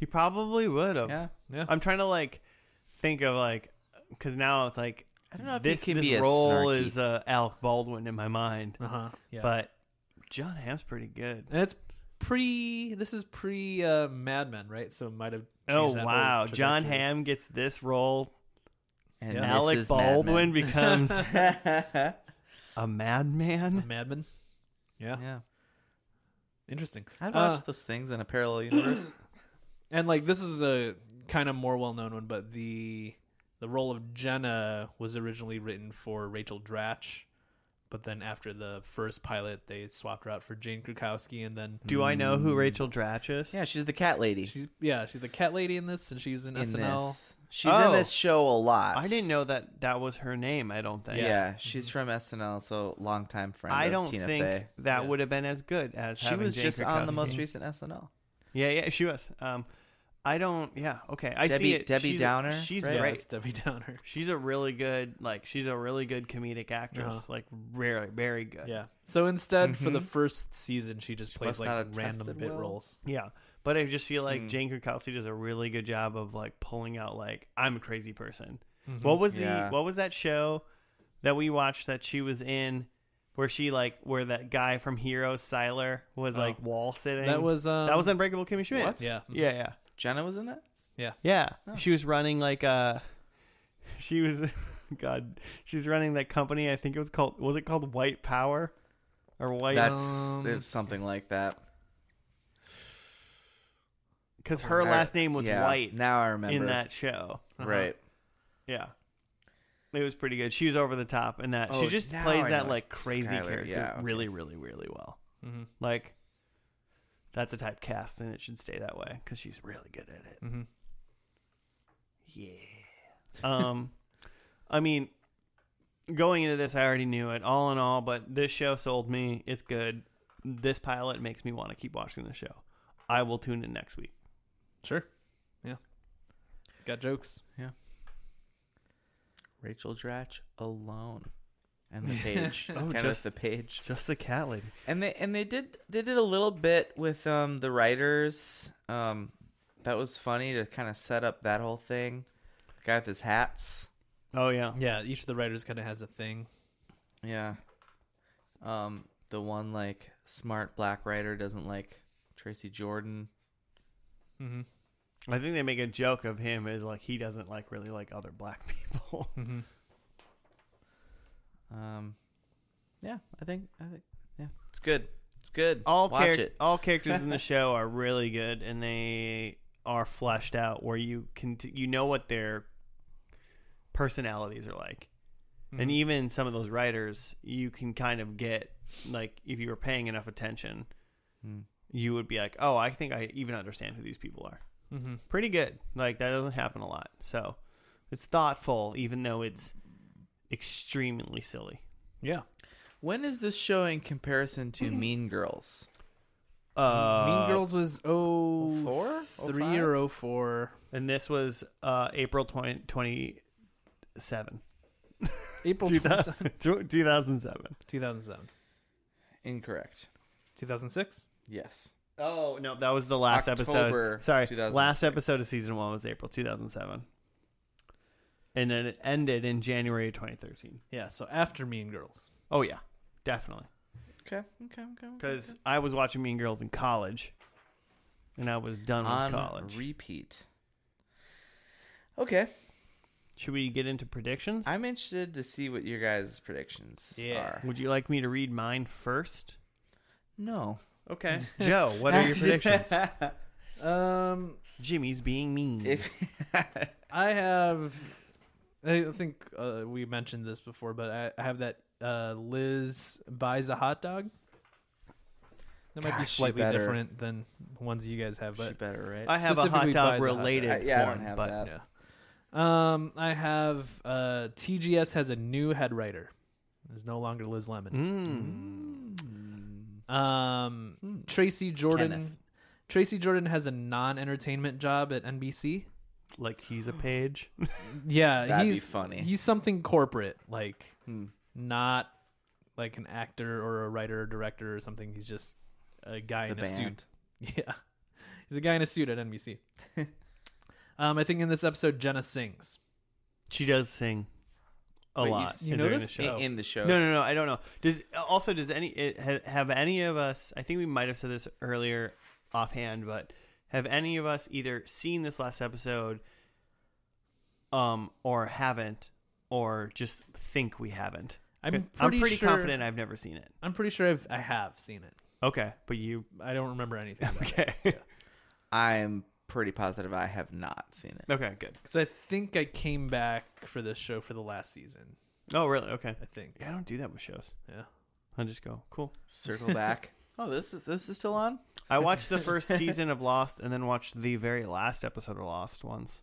A: He probably would have.
C: yeah.
B: yeah
A: I'm trying to like think of like because now it's like
C: I don't know if
A: this
C: he can
A: this
C: be a
A: role
C: snarky-
A: is uh, Alec Baldwin in my mind,
B: Uh huh. Yeah.
A: but John Hamm's pretty good.
B: and it's pre. This is pre uh, Mad Men, right? So it might have. changed
A: Oh
B: that whole
A: wow, John
B: trajectory.
A: Hamm gets this role.
C: and
B: Yeah.
C: this
A: Alec
C: is Mad
A: Baldwin
C: Men.
A: becomes
C: [laughs] yeah.
A: a madman.
B: Mad Men. Yeah. Interesting.
C: I'd
B: Uh,
C: watch those things in a parallel universe.
B: And like this is a kind of more well known one, but the the role of Jenna was originally written for Rachel Dratch, but then after the first pilot, they swapped her out for Jane Krakowski, and then
A: Do I know who Rachel Dratch is?
C: Mm. yeah, she's the cat lady.
B: she's yeah she's the cat lady in this, and she's in,
C: in
B: SNL.
C: this. She's
A: Oh.
C: in this show a lot.
A: I didn't know that that was her name. I don't think.
C: Yeah, she's from SNL, so longtime friend.
A: I
C: of
A: don't
C: Tina
A: think
C: Fey.
A: that
B: Yeah.
A: would have been as good as
C: she
A: having
C: was
A: Jane
C: just on the most
A: Krakowski.
C: recent SNL.
A: Yeah, yeah, she was. Um, I don't. Yeah, okay. I
C: Debbie-
A: see it.
C: Debbie
A: she's,
C: Downer,
A: She's
C: right?
B: Yeah,
A: great.
B: it's Debbie Downer.
A: She's a really good. Like she's a really good comedic actress.
B: Uh-huh.
A: Like very, very good.
B: Yeah. So instead, for the
C: Mhm.
B: first season, she just plays
C: must not
B: like
C: have
B: random
C: tested
B: bit
C: well.
B: roles.
A: Yeah. But I just feel like
C: Mm.
A: Jane Krakowski does a really good job of like pulling out like I'm a crazy person.
B: Mm-hmm.
A: What was the
C: Yeah.
A: what was that show that we watched that she was in where she like where that guy from Hero Siler was
B: Oh.
A: like wall sitting?
B: that was um,
A: that was Unbreakable Kimmy Schmidt.
B: Yeah.
A: Yeah, yeah.
C: Jenna was in that.
A: Yeah.
C: Oh.
A: She was running like uh [laughs] she was [laughs] God, she's running that company. I think it was called was it called White Power or White
C: That's
B: um,
C: it was something like that.
A: cuz her
C: I-
A: last name was
C: yeah,
A: White
C: Now I remember.
A: in that show.
B: Uh-huh.
C: right?
A: Yeah. It was pretty good. She was over the top and that she
C: Oh,
A: just
C: now
A: plays
C: I
A: that
C: know.
A: like crazy
C: Skylar,
A: character
C: yeah, okay.
A: really, really, really well.
B: Mm-hmm.
A: Like that's a type cast and it should stay that way because she's really good at it.
B: Mm-hmm.
A: Yeah. Um I mean going into this I already knew it all in all, but this show sold me. It's good. This pilot makes me want to keep watching the show. I will tune in next week.
B: Sure. Yeah. It's got jokes.
C: Rachel Dratch alone, and
A: [laughs]
C: the page,
A: Oh,
C: Kenneth
A: just-
C: the page,
A: Just the cat lady.
C: and they and they did they did a little bit with um the writers. Um, that was funny to kind of set up that whole thing. guy with his hats.
A: Oh yeah.
B: Yeah. Each of the writers kind of has a thing.
C: Yeah. Um, the one like smart black writer doesn't like Tracy Jordan.
B: Mm-hmm.
A: I think they make a joke of him is like he doesn't like really like other black [laughs] people.
B: Mm-hmm.
C: Um, yeah, I think I think yeah, it's good. It's good.
A: all
C: Watch
A: charac-
C: it.
A: all characters in
C: [laughs]
A: the show are really good and they are fleshed out where you can t- you know what their personalities are like
B: Mm-hmm.
A: and even some of those writers you can kind of get like if you were paying enough attention
C: Hmm.
A: you would be like oh i think i even understand who these people are
B: Mm-hmm.
A: pretty good like that doesn't happen a lot so it's thoughtful even though it's extremely silly
B: Yeah.
C: When is this show in comparison [laughs] to Mean Girls?
A: uh,
B: mean Girls was oh
C: four? Oh
B: three
C: five?
B: or oh four.
A: And this was uh, April 20, [laughs] 27.
B: April
A: 2000
B: [laughs] 27,
A: 2007.
B: 2007.
C: Incorrect.
B: 2006?
C: Yes.
A: Oh, no, that was the last
C: October
A: episode. Sorry,
C: 2006.
A: last episode of season one was April 2007. And then it ended in January 2013.
B: Yeah. So after Mean Girls.
A: Oh, yeah, definitely.
C: Okay. Okay. Okay. okay,
A: Because I was watching Mean Girls in college, and I was done
C: okay.
A: with
C: on
A: college.
C: repeat. Okay,
A: Should we get into predictions?
C: I'm interested to see what your guys' predictions
B: Yeah.
C: are.
A: Would you like me to read mine first?
C: No.
A: Okay. Joe, what
C: [laughs]
A: are your predictions?
B: Um,
A: Jimmy's being mean.
C: If
B: I have. I think uh, we mentioned this before, but I, I have that uh, Liz buys a hot dog. That might be
C: Gosh, she
B: slightly
C: better.
B: different than ones you guys have,
C: she
B: but
C: better, right?
A: I have a hot
B: specifically
A: dog
B: buys a hot
A: related
C: I- yeah, I don't
A: one,
C: have
A: but
C: that.
B: yeah. Um, I have uh, TGS has a new head writer. It's no longer Liz Lemon.
A: Mm.
B: Um,
C: Hmm.
B: Tracy Jordan.
C: Kenneth.
B: Tracy Jordan has a non-entertainment job at NBC.
A: like he's a page.
B: Yeah,
C: That'd be
B: he's
C: funny.
B: He's something corporate, like
C: Hmm.
B: not like an actor or a writer or director or something. He's just a guy
C: The
B: in a suit.
C: band.
B: [laughs] Yeah.
C: [laughs]
B: He's a guy in a suit at NBC. um, I think in this episode, Jenna sings.
A: She does sing a
C: Wait, you-
A: lot
B: you
A: during the
B: noticed?
A: show.
C: in,
B: show.
C: in the show.
A: No, no, no. I don't know. Does also does any it, have, have any of us? I think we might have said this earlier offhand, but have any of us either seen this last episode, um, or haven't, or just think we haven't?
B: I'm
A: I'm
B: pretty, sure,
A: confident I've never seen it.
B: I'm pretty sure I've I have seen it.
A: Okay, but you
B: I don't remember anything
C: [laughs]
B: because
A: [laughs] okay?
C: I'm pretty positive I have not seen it.
A: [laughs] okay, good.
B: I think I came back for this show for the last season.
A: Oh, really? Okay.
B: I think.
A: Yeah, I don't do that with shows.
B: Yeah.
A: I just go cool. [laughs]
C: Circle back. oh, this is this is still on.
A: I watched the first season of Lost and then watched the very last episode of Lost once.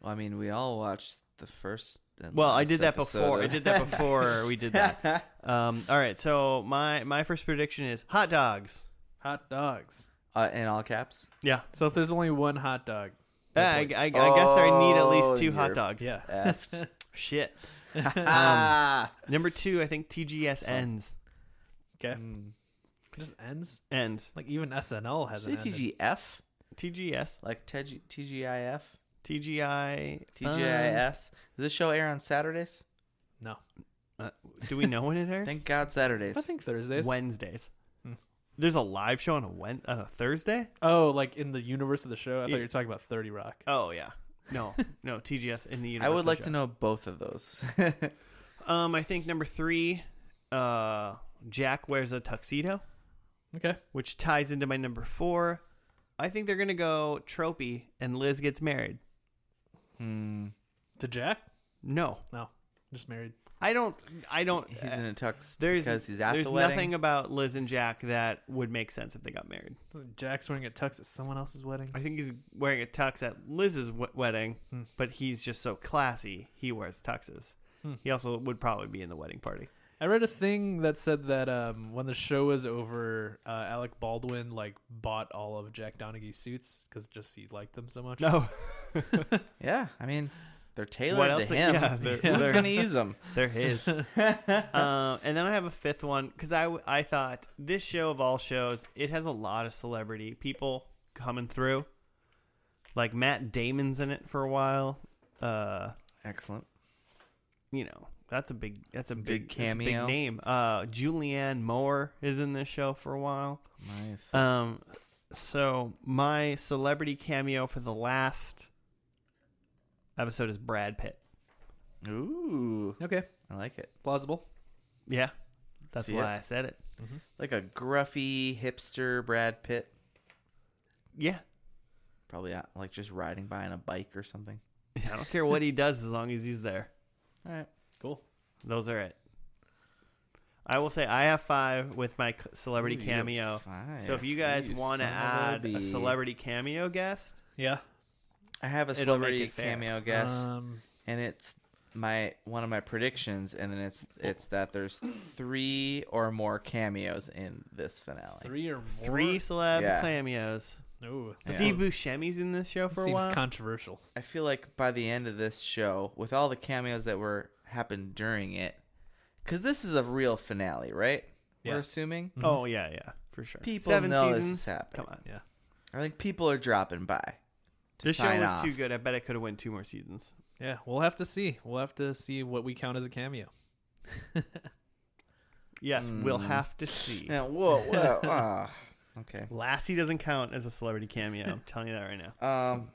C: Well, I mean, we all watched the first. And
A: Well, I
C: last
A: did that
C: episode
A: before. I
C: of-
A: did that before we did that. Um, all right, so my my first prediction is hot dogs.
B: Hot dogs.
C: [laughs] uh, in all caps.
A: Yeah,
B: So if there's only one hot dog. no
A: Ah, I, I, I
B: points.
A: guess I need at
C: Oh,
A: least two
C: you're-
A: hot dogs.
B: yeah.
C: Effed.
A: shit.
C: [laughs]
A: [laughs]
C: ah.
A: Number two, I think TGS ends
B: [laughs] Okay.
A: Hmm.
B: It just ends.
A: ends
B: Like even SNL has
C: Say
B: an ending.
C: TGF,
A: TGS
C: like TG, TGIF,
A: TGI
C: TGIS. Does this show air on Saturdays?
B: No.
A: Uh, do we know when it airs?
C: Thank God Saturdays.
B: I think Thursdays.
A: Wednesdays.
B: Hmm.
A: There's a live show on a Wed on a Thursday.
B: Oh, like in the universe of the show. I thought
A: Yeah.
B: you were talking about Thirty Rock.
A: Oh yeah.
C: [laughs]
A: No, no TGS in the
C: I
A: universe.
C: would like to know both of those. [laughs] I
A: know. Um, I think number three, uh, Jack wears a tuxedo.
B: Okay.
A: which ties into my number four. I think they're gonna go tropey and Liz gets married.
B: To Jack?
A: No,
B: No. Just married.
A: I don't. I don't.
C: He's in a tux
A: there's
C: because he's at
A: there's
C: the wedding.
A: nothing about Liz and Jack that would make sense if they got married.
B: Jack's wearing a tux at someone else's wedding.
A: I think he's wearing a tux at Liz's w- wedding,
B: Hmm.
A: but he's just so classy. He wears tuxes.
B: Hmm.
A: He also would probably be in the wedding party.
B: I read a thing that said that um, when the show was over, uh, Alec Baldwin like bought all of Jack Donaghy's suits because just he liked them so
A: [laughs]
B: much.
A: No,
C: Yeah, I mean, they're tailored
A: What else-
C: to him.
A: yeah, they're-
C: Who's
A: they're-
C: gonna use them?
A: they're his. uh, and then I have a fifth one because I, w- I thought this show of all shows, it has a lot of celebrity people coming through. Like Matt Damon's in it for a while. Uh,
C: Excellent.
A: you know, that's a big that's a big,
C: Big
A: that's a big
C: cameo.
A: name. Uh, Julianne Moore is in this show for a while.
C: Nice.
A: Um, so my celebrity cameo for the last episode is Brad Pitt.
C: Ooh,
B: Okay.
C: I like it.
B: Plausible.
A: Yeah, that's
C: See
A: why
C: it?
A: I said it.
C: Like a gruffy hipster Brad Pitt,
A: Yeah,
C: probably out, like just riding by on a bike or something.
A: [laughs] I don't care what he does as long as he's there.
C: All right.
B: Cool.
A: Those are it. I will say I have five with my c- celebrity
C: Ooh, you have
A: cameo.
C: five.
A: So if you guys
C: You
A: want to
C: son of
A: add
C: bee.
A: a celebrity cameo guest,
B: Yeah.
C: I have a
A: it'll make
C: celebrity
A: it fair. Uh,
C: cameo guess,
B: Um,
C: and it's my one of my predictions, and then it's it's that there's three or more cameos in this finale.
B: three or more.
A: three celeb
C: Yeah.
A: cameos.
B: No.
C: Yeah.
A: Steve Buscemi's in this show for a
B: Seems
A: while.
B: controversial.
C: I feel like by the end of this show, with all the cameos that were happened during it, because this is a real finale, right?
B: Yeah.
C: We're assuming.
A: oh yeah, yeah, for sure.
C: People know this is
A: Come
C: happening.
A: on,
B: Yeah.
C: I think people are dropping by. To
A: this show
C: sign
A: was
C: off.
A: too good. I bet it could have won two more seasons.
B: Yeah. We'll have to see. We'll have to see what we count as a cameo.
A: Yes, we'll
C: Mm.
A: have to see. [laughs]
C: Yeah, whoa, whoa. ah. Okay.
A: Lassie doesn't count as a celebrity cameo.
C: [laughs]
A: I'm telling you that right now.
C: Um,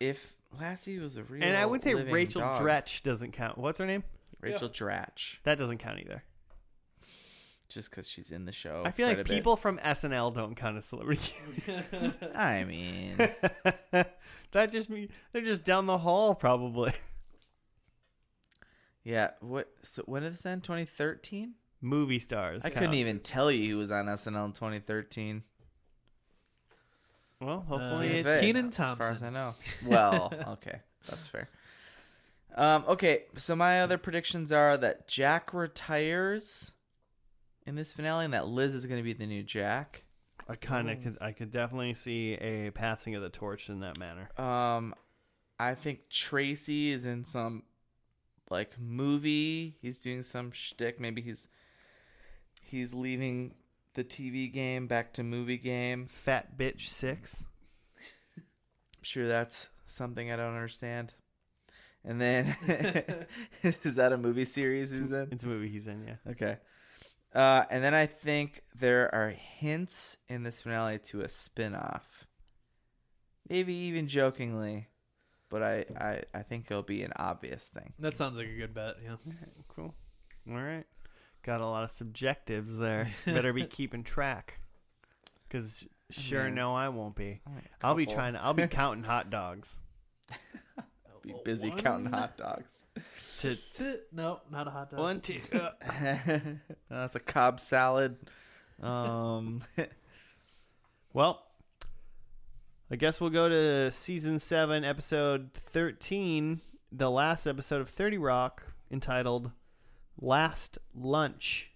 C: if Lassie was a real
A: And I would say
C: living
A: Rachel
C: dog,
A: Dretch doesn't count. What's her name?
C: Rachel Dratch,
A: That doesn't count either.
C: just because she's in the show.
A: I feel
C: Oh, quite
A: like
C: a bit.
A: people from SNL don't count as celebrity cameos.
C: [laughs] I mean,
A: [laughs] that just mean they're just down the hall, probably. [laughs]
C: yeah. What? So when did this end? 2013.
A: Movie stars.
C: I
A: count.
C: couldn't even tell you who was on SNL in 2013.
A: Well,
B: Uh,
A: hopefully
C: If
A: it's
C: it-
B: Keenan
C: As far as
B: Thompson. [laughs]
C: I know. Well, okay, that's fair. Um, okay, so my other predictions are that Jack retires in this finale, and that Liz is going to be the new Jack.
A: I kind
C: Mm.
A: of could. I could definitely see a passing of the torch in that manner.
C: Um, I think Tracy is in some like movie. He's doing some shtick. Maybe he's he's leaving the TV game back to movie game.
A: Fat bitch six.
C: I'm sure that's something I don't understand. And [laughs] then is that a movie series he's in?
A: It's a movie he's in, yeah.
C: Okay. Uh, and then I think there are hints in this finale to a spin-off. Maybe even jokingly, but I, I, I think it'll be an obvious thing.
B: That sounds like a good bet. Yeah.
A: Cool. All right. Got a lot of subjectives there. Better
C: [laughs]
A: be keeping track. Cuz sure
C: mean,
A: no I won't be. I'll be
C: Couple.
A: trying I'll
C: [laughs]
A: be counting hot dogs.
C: Be busy counting hot dogs.
A: To
B: dogs. No, not a hot dog.
A: one two uh,
C: [laughs] That's a cob salad. Um, [laughs]
A: Well, I guess we'll go to season 7 episode 13, the last episode of 30 Rock entitled Last Lunch.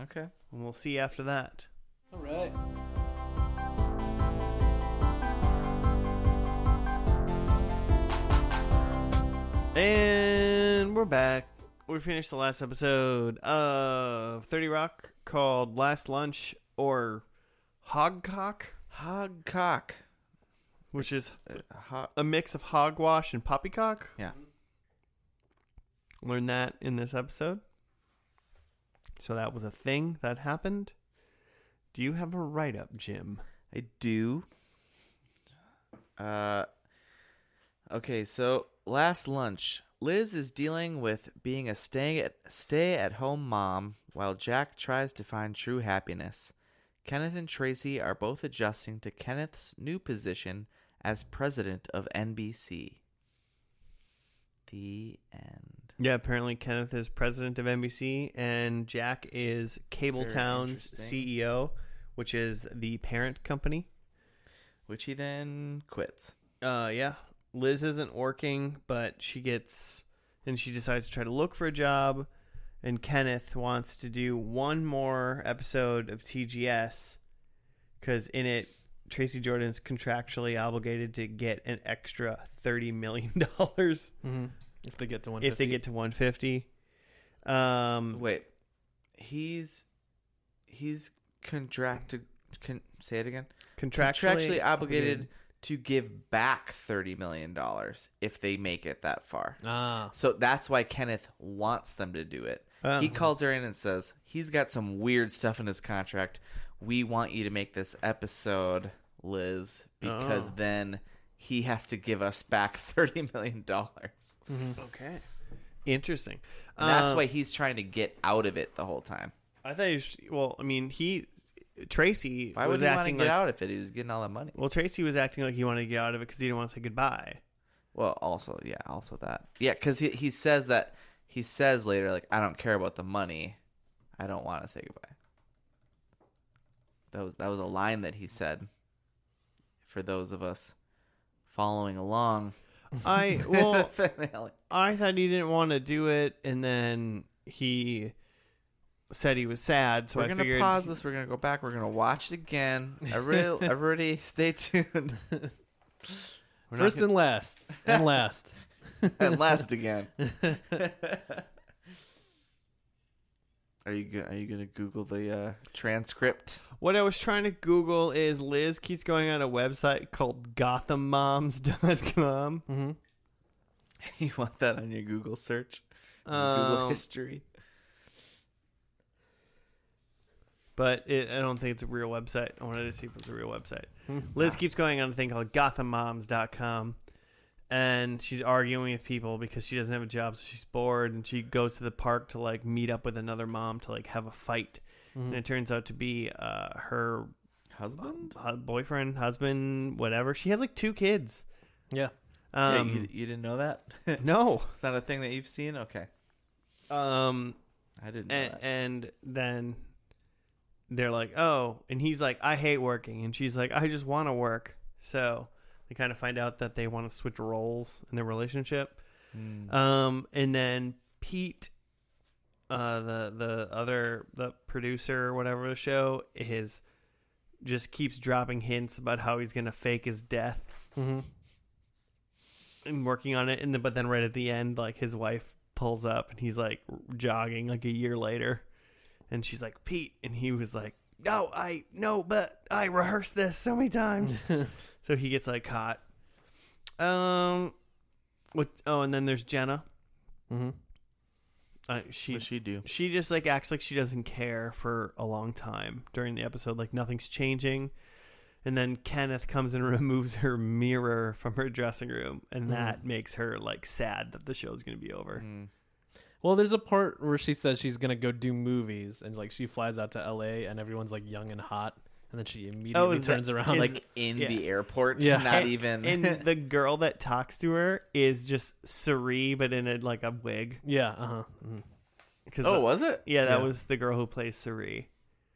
C: okay.
A: And we'll see you after that.
B: All right.
A: And we're back. We finished the last episode of 30 Rock called Last Lunch or Hogcock,
C: Hog cock.
A: which is
C: Uh, hog.
A: a mix of hogwash and poppycock.
C: Yeah.
A: Learned that in this episode. So that was a thing that happened. Do you have a write up, Jim?
C: I do. Uh, okay, so last lunch, Liz is dealing with being a staying at stay at home mom while Jack tries to find true happiness. Kenneth and Tracy are both adjusting to Kenneth's new position as president of NBC. The end.
A: Yeah, apparently Kenneth is president of NBC and Jack is Cable
C: Very
A: Town's
C: interesting.
A: CEO, which is the parent company.
C: Which he then quits.
A: uh yeah liz isn't working but she gets and she decides to try to look for a job and kenneth wants to do one more episode of tgs because in it tracy jordan's contractually obligated to get an extra $30 million [laughs] dollars
B: If they get to one,
A: if they get to 150 um
C: Wait, he's he's contracted. Can say it again.
A: contractually,
C: contractually obligated to give back $30 million if they make it that far.
B: ah,
C: So that's why Kenneth wants them to do it.
A: Oh.
C: He calls her in and says, He's got some weird stuff in his contract. We want you to make this episode, Liz, because
A: Oh.
C: then he has to give us back [laughs] $30 million.
A: okay interesting
C: And that's
A: Um,
C: why he's trying to get out of it the whole time.
A: i thought he was, well i mean he tracy
C: Why
A: was
C: would he want to
A: acting
C: get
A: like
C: out of it? He was getting all that money.
A: Well, Tracy was acting like he wanted to get out of it because he didn't want to say
C: [laughs]
A: goodbye.
C: Well, also, yeah, also that. Yeah, because he, he says that, he says later, like, I don't care about the money. I don't want to say goodbye. That was, that was a line that he said for those of us following along.
A: I
C: [laughs]
A: well,
C: Finale.
A: I thought he didn't want to do it, and then he said he was sad. So
C: we're
A: I
C: going to
A: figured
C: pause this. We're going to go back. We're going to watch
A: [laughs]
C: it again. Everybody, everybody stay tuned. [laughs]
A: we're not
B: first
A: gonna-
B: and last,
A: [laughs]
B: and last.
C: and last again. Are you go- are you gonna Google the uh, transcript?
A: what I was trying to Google is Liz keeps going on a website called GothamMoms.com.
B: Mhm.
C: [laughs] You want that on your Google search? Google
A: Um,
C: history.
A: but it, I don't think it's a real website. I wanted to see if it was a real website.
B: mm-hmm,
A: Liz keeps going on a thing called GothamMoms.com, and she's arguing with people because she doesn't have a job, so she's bored, and she goes to the park to like meet up with another mom to like have a fight,
C: Mm-hmm.
A: and it turns out to be uh, her
C: Husband?
A: hu- boyfriend, husband, whatever. She has like two kids.
B: Yeah.
A: Um,
C: yeah, you, you didn't know that? [laughs]
A: no,
C: it's not a thing that you've seen? Okay.
A: um,
C: I didn't know
A: and,
C: that.
A: and then they're like, "Oh," and he's like, "I hate working," and she's like, "I just want to work." So they kind of find out that they want to switch roles in their relationship.
C: Hmm.
A: Um, and then Pete, uh, the the other the producer or whatever of the show is, just keeps dropping hints about how he's gonna fake his death
B: Mm-hmm. [laughs]
A: and working on it. And then, but then right at the end, like his wife pulls up and he's like jogging like a year later, and she's like Pete, and he was like, "No, I no, but I rehearsed
B: [laughs]
A: this so many times." so he gets like caught. Um, With, oh, and then there's Jenna.
B: Mm-hmm.
A: Uh, she
C: What'd she do?
A: she just like acts like she doesn't care for a long time during the episode like nothing's changing and then kenneth comes and [laughs] removes her mirror from her dressing room and that makes her like sad that the show's gonna be over
C: Mm.
B: Well, there's a part where she says she's gonna go do movies, and like she flies out to L.A. and everyone's like young and hot, and then she immediately
A: Oh, is that-
B: turns around
A: is-
B: like
C: Like in
A: yeah.
C: the airport,
B: Yeah.
C: not
A: And-
C: even. [laughs]
A: and the girl that talks to her is just Sari, but in a, like a wig
B: yeah, uh huh. hmm
A: because
C: oh, was it?
A: yeah that
B: yeah.
A: was the girl who plays Sari.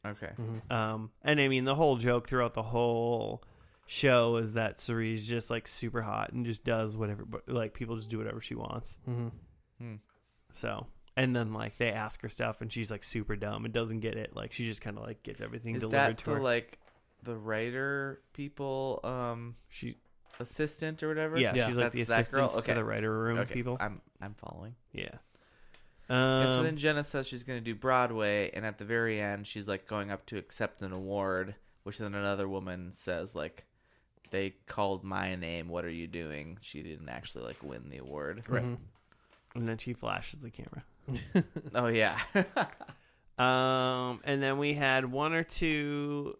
C: Okay.
A: Um, and I mean, the whole joke throughout the whole show is that Cerise just like super hot and just does whatever, but like people just do whatever she wants.
B: hmm
A: So, and then like they ask her stuff and she's like super dumb and doesn't get it. Like she just kind of like gets everything
C: Is
A: delivered
C: that
A: to
C: the
A: her.
C: like the writer people um
A: she,
C: assistant or whatever?
A: yeah,
B: Yeah,
A: she's like the
C: that's that girl?
A: assistant
C: Okay.
A: to the writer room
C: Okay.
A: people.
C: I'm I'm following.
A: yeah.
C: Yeah,
A: Um,
C: so then Jenna says she's going to do Broadway, and at the very end, she's like going up to accept an award, which then another woman says like, "They called my name. What are you doing?" She didn't actually like win the award.
A: Right. and then she flashes the camera.
B: mm-hmm, [laughs]
C: oh yeah, [laughs]
A: Um, and then we had one or two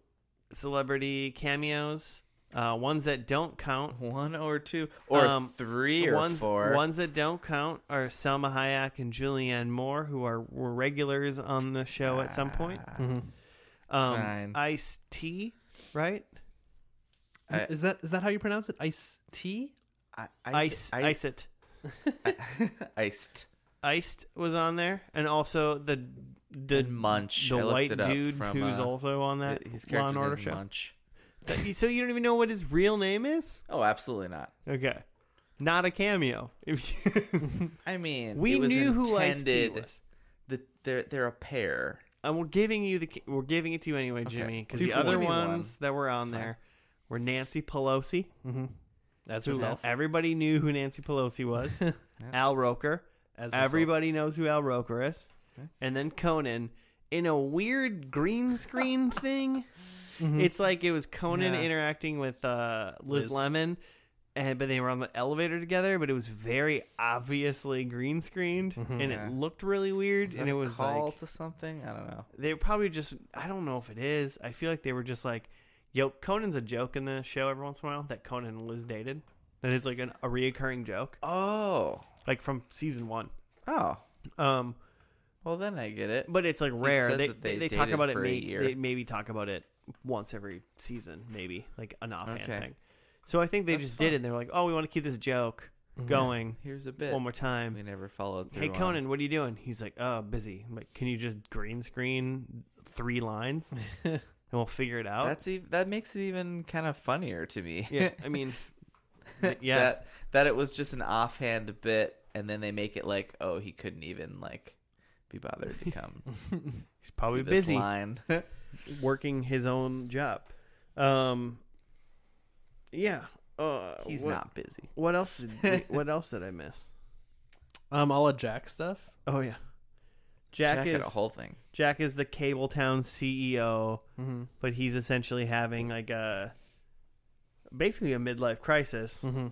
A: celebrity cameos, uh, ones that don't count.
C: one or two or
A: Um,
C: three or
A: ones,
C: four.
A: ones that don't count are Selma Hayek and Julianne Moore, who are were regulars on the show at some point. Um,
C: Ah, Fine.
A: Ice T, right?
C: I-
B: is that is that how you pronounce it? Ice tea?
C: I,
A: Ice,
C: ice,
A: ice it.
C: [laughs] iced
A: Iced was on there, and also the the
C: And Munch.
A: the
C: I looked
A: white
C: it up
A: dude
C: from,
A: who's
C: uh,
A: also on that
C: His
A: Law and
C: character's
A: Order
C: name is
A: show.
C: Munch.
A: so you don't even know what his real name is?
C: Oh, absolutely not.
A: Okay, not a cameo. [laughs] If you-
C: I mean,
A: we
C: it was
A: knew who Ice T
C: intended-
A: was.
C: The, they're they're a pair.
A: and we're giving you the ca- we're giving it to you anyway, Jimmy, because
C: Two
A: the
C: for
A: other
C: one. Give me one.
A: ones that were on there were Nancy Pelosi,
B: Mm-hmm. That's
A: who
B: herself.
A: everybody knew who Nancy Pelosi
C: [laughs]
A: was, Al Roker,
B: As herself.
A: everybody knows who Al Roker is, and then Conan in a weird green
C: [laughs]
A: screen thing.
B: Mm-hmm.
A: It's like it was Conan
C: Hmm. Yeah.
A: interacting with uh, Liz,
B: Liz.
A: Lemon, and but they were on the elevator together, but it was very obviously green sceened, and
C: Mm-hmm. Yeah.
A: it looked really weird,
C: Is
A: and
C: that
A: it
C: a
A: was
C: call
A: like
C: to something. I don't know.
A: they probably just I don't know if it is. I feel like they were just like, yo, Conan's a joke in the show every once in a while that Conan and Liz dated. That is like an, a reoccurring joke,
C: Oh,
A: like from season one.
C: oh.
A: Um,
C: Well, then I get it.
A: but it's like rare.
C: says
A: They,
C: that
A: they,
C: they
A: they talk
C: dated
A: about it.
C: for a
A: May,
C: year.
A: they maybe talk about it once every season, maybe like an offhand
C: Okay.
A: thing. So I think they
C: That's
A: just
C: fun.
A: did it. and They were like, oh, we want to keep this joke
B: Mm-hmm.
A: going
C: Here's a bit.
A: one more time.
C: We never followed through.
A: Oh Hey
C: on-
A: Conan, what are you doing? He's like, oh, busy. I'm like, can you just green screen three lines
C: [laughs]
A: and we'll figure it out?
C: That's ev- that makes it even kind of funnier to me.
A: oh.
C: [laughs]
A: Yeah, I mean, th- yeah,
C: that that it was just an offhand bit, and then they make it like, oh, he couldn't even like be bothered
A: [laughs]
C: to come.
A: he's
C: to
A: probably
C: this
A: busy [laughs]
C: Line. [laughs]
A: working his own job. Um, yeah, uh,
C: He's
A: what,
C: not busy.
A: What else? Did we- what
C: [laughs]
A: else did I miss?
B: Um, all of Jack stuff.
A: Oh yeah,
C: Jack,
A: Jack,
C: had
A: is
C: a whole thing.
A: Jack is the Cable Town CEO,
B: Mhm.
A: but he's essentially having like a basically a midlife
C: Hmm.
A: crisis.
B: Mhm.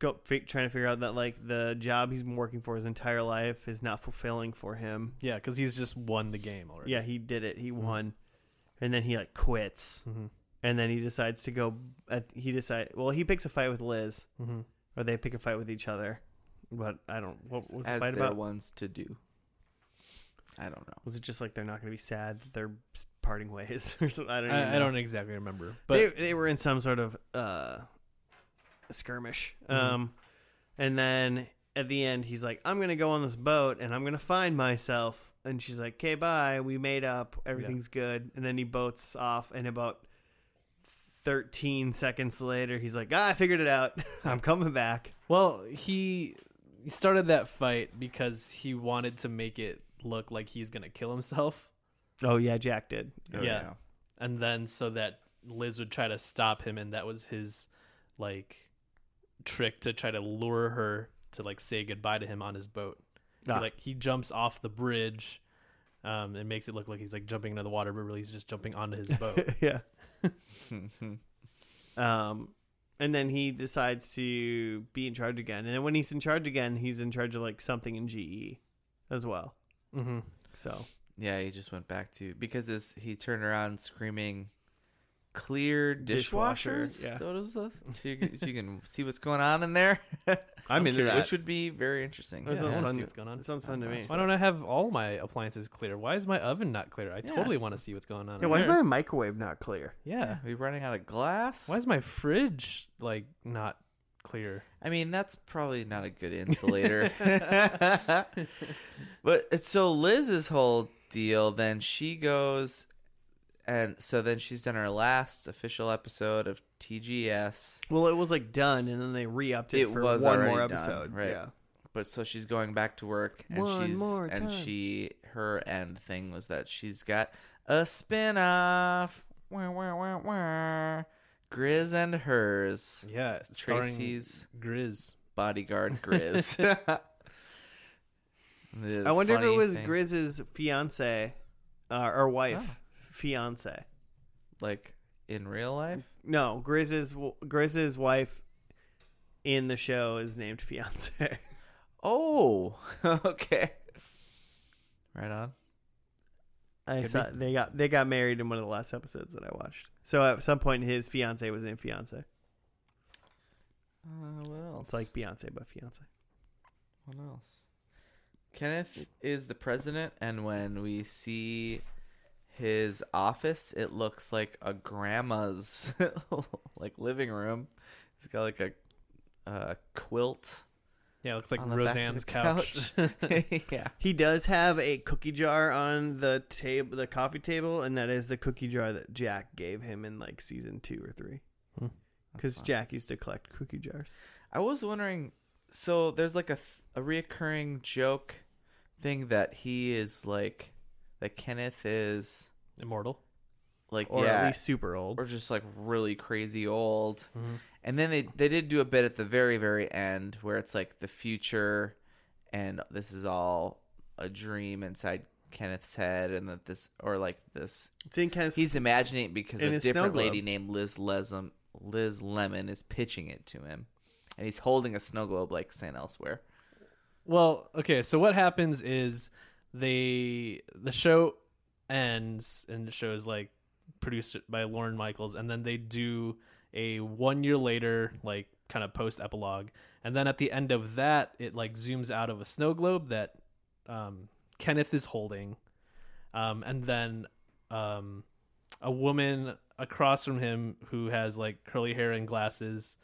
A: Go fi- trying to figure out that like the job he's been working for his entire life is not fulfilling for him.
B: Yeah, because he's just won the game already.
A: Yeah, he did it.
C: Hmm.
A: He won, and then he like quits,
B: Mm-hmm.
A: and then he decides to go. Uh, he decide. Well, he picks a fight with Liz,
B: Mhm.
A: or they pick a fight with each other. But I don't. What was the
C: As
A: fight
C: their
A: about?
C: ones to do. I don't know.
A: Was it just like they're not going to be sad that they're parting ways [laughs] or something? I don't. even
B: I, I
A: know.
B: don't exactly remember, but
A: they they were in some sort of uh, skirmish. Um, and then at the end, he's like, "I'm gonna go on this boat and I'm gonna find myself." And she's like, "Okay, bye. We made up. Everything's good." And then he boats off, and about thirteen seconds later, he's like, ah, "I figured it out. [laughs] I'm coming back."
B: well, he he started that fight because he wanted to make it look like he's gonna kill himself.
A: Oh yeah, Jack did.
C: Oh,
B: yeah. and then so that Liz would try to stop him, and that was his like trick to try to lure her to like say goodbye to him on his boat. He,
A: Ah.
B: like he jumps off the bridge, um, and makes it look like he's like jumping into
A: [laughs]
B: the
C: Oh, [laughs]
B: water, but really he's just jumping onto his boat.
A: yeah. um, and then he decides to be in charge again. And then when he's in charge again, he's in charge of like something in GE as well.
B: [laughs] Mm-hmm.
A: [laughs] So
C: Yeah, he just went back to because this he turned around screaming, "Clear
A: Dishwasher,
C: dishwashers!"
A: yeah.
C: So what is this? So you, can- so you can [laughs] see what's going on in
A: [laughs]
C: there.
A: I'm into
C: Which
A: that.
C: would be very interesting.
A: That
B: Yeah, I
A: sounds
B: wanna
A: fun.
B: see what's going on.
A: That sounds fun to me.
B: Why don't I have all my appliances clear? Why is my oven not clear? I
C: Yeah.
B: totally want to see what's going on.
A: Yeah,
B: in
A: why is
B: there.
A: my microwave not clear?
B: Yeah.
C: Are we running out of glass?
B: Why is my fridge like not clear?
C: I mean, that's probably not
A: [laughs]
C: a good insulator. but so Liz's whole deal, then she goes, and so then she's done her last official episode of TGS.
A: Well, it was like done, and then they re-upped it,
C: It
A: for
C: was
A: one
C: already
A: more
C: done,
A: episode.
C: right.
A: Yeah.
C: But so she's going back to work, and
A: One
C: she's
A: more
C: and
A: time.
C: she her end thing was that she's got a spinoff, wah, wah, wah, wah. Grizz and hers,
B: Yeah. starring
C: Tracy's
B: Grizz.
C: bodyguard Grizz. The
A: I wonder if it
C: funny
A: was
C: thing,
A: Grizz's fiance uh, or wife. Fiance.
C: like in real life.
A: No, Grizz's w- Grizz's wife in the show is named fiance. [laughs]
C: Oh, okay. Right on.
A: I
B: Could
A: saw
B: be.
A: they got they got married in one of the last episodes that I watched. So at some point, his fiance was named fiance.
C: Uh, what else?
A: It's like Beyonce, but fiance.
C: What else? Kenneth is the president, and when we see his office, it looks like a grandma's [laughs] like living room. He's got like a a quilt.
B: Yeah, it looks like
C: on the back of the
A: [laughs]
B: Roseanne's couch.
C: [laughs] yeah.
A: He does have a cookie jar on the table, the coffee table, and that is the cookie jar that Jack gave him in like season two or three. Because
C: That's fine.
A: Jack used to collect cookie jars.
C: I was wondering. So there's like a th- a reoccurring joke thing that he is like that Kenneth is
B: Immortal.
C: like
A: or
C: yeah
A: at least super old.
C: or just like really crazy old.
B: Mm-hmm.
C: And then they they did do a bit at the very very end where it's like the future, and this is all a dream inside Kenneth's head, and that this or like this
A: It's in Kenneth's,
C: he's imagining it because
A: In
C: a
A: his snow
C: different
A: globe.
C: lady named Liz Lesm Liz Lemon is pitching it to him, and he's holding a snow globe like sent elsewhere.
B: Well, okay, so what happens is they the show ends and the show is like produced by Lauren Michaels and then they do a 1 year later like kind of post epilogue and then at the end of that it like zooms out of a snow globe that um Kenneth is holding um and then um a woman across from him who has like curly hair and glasses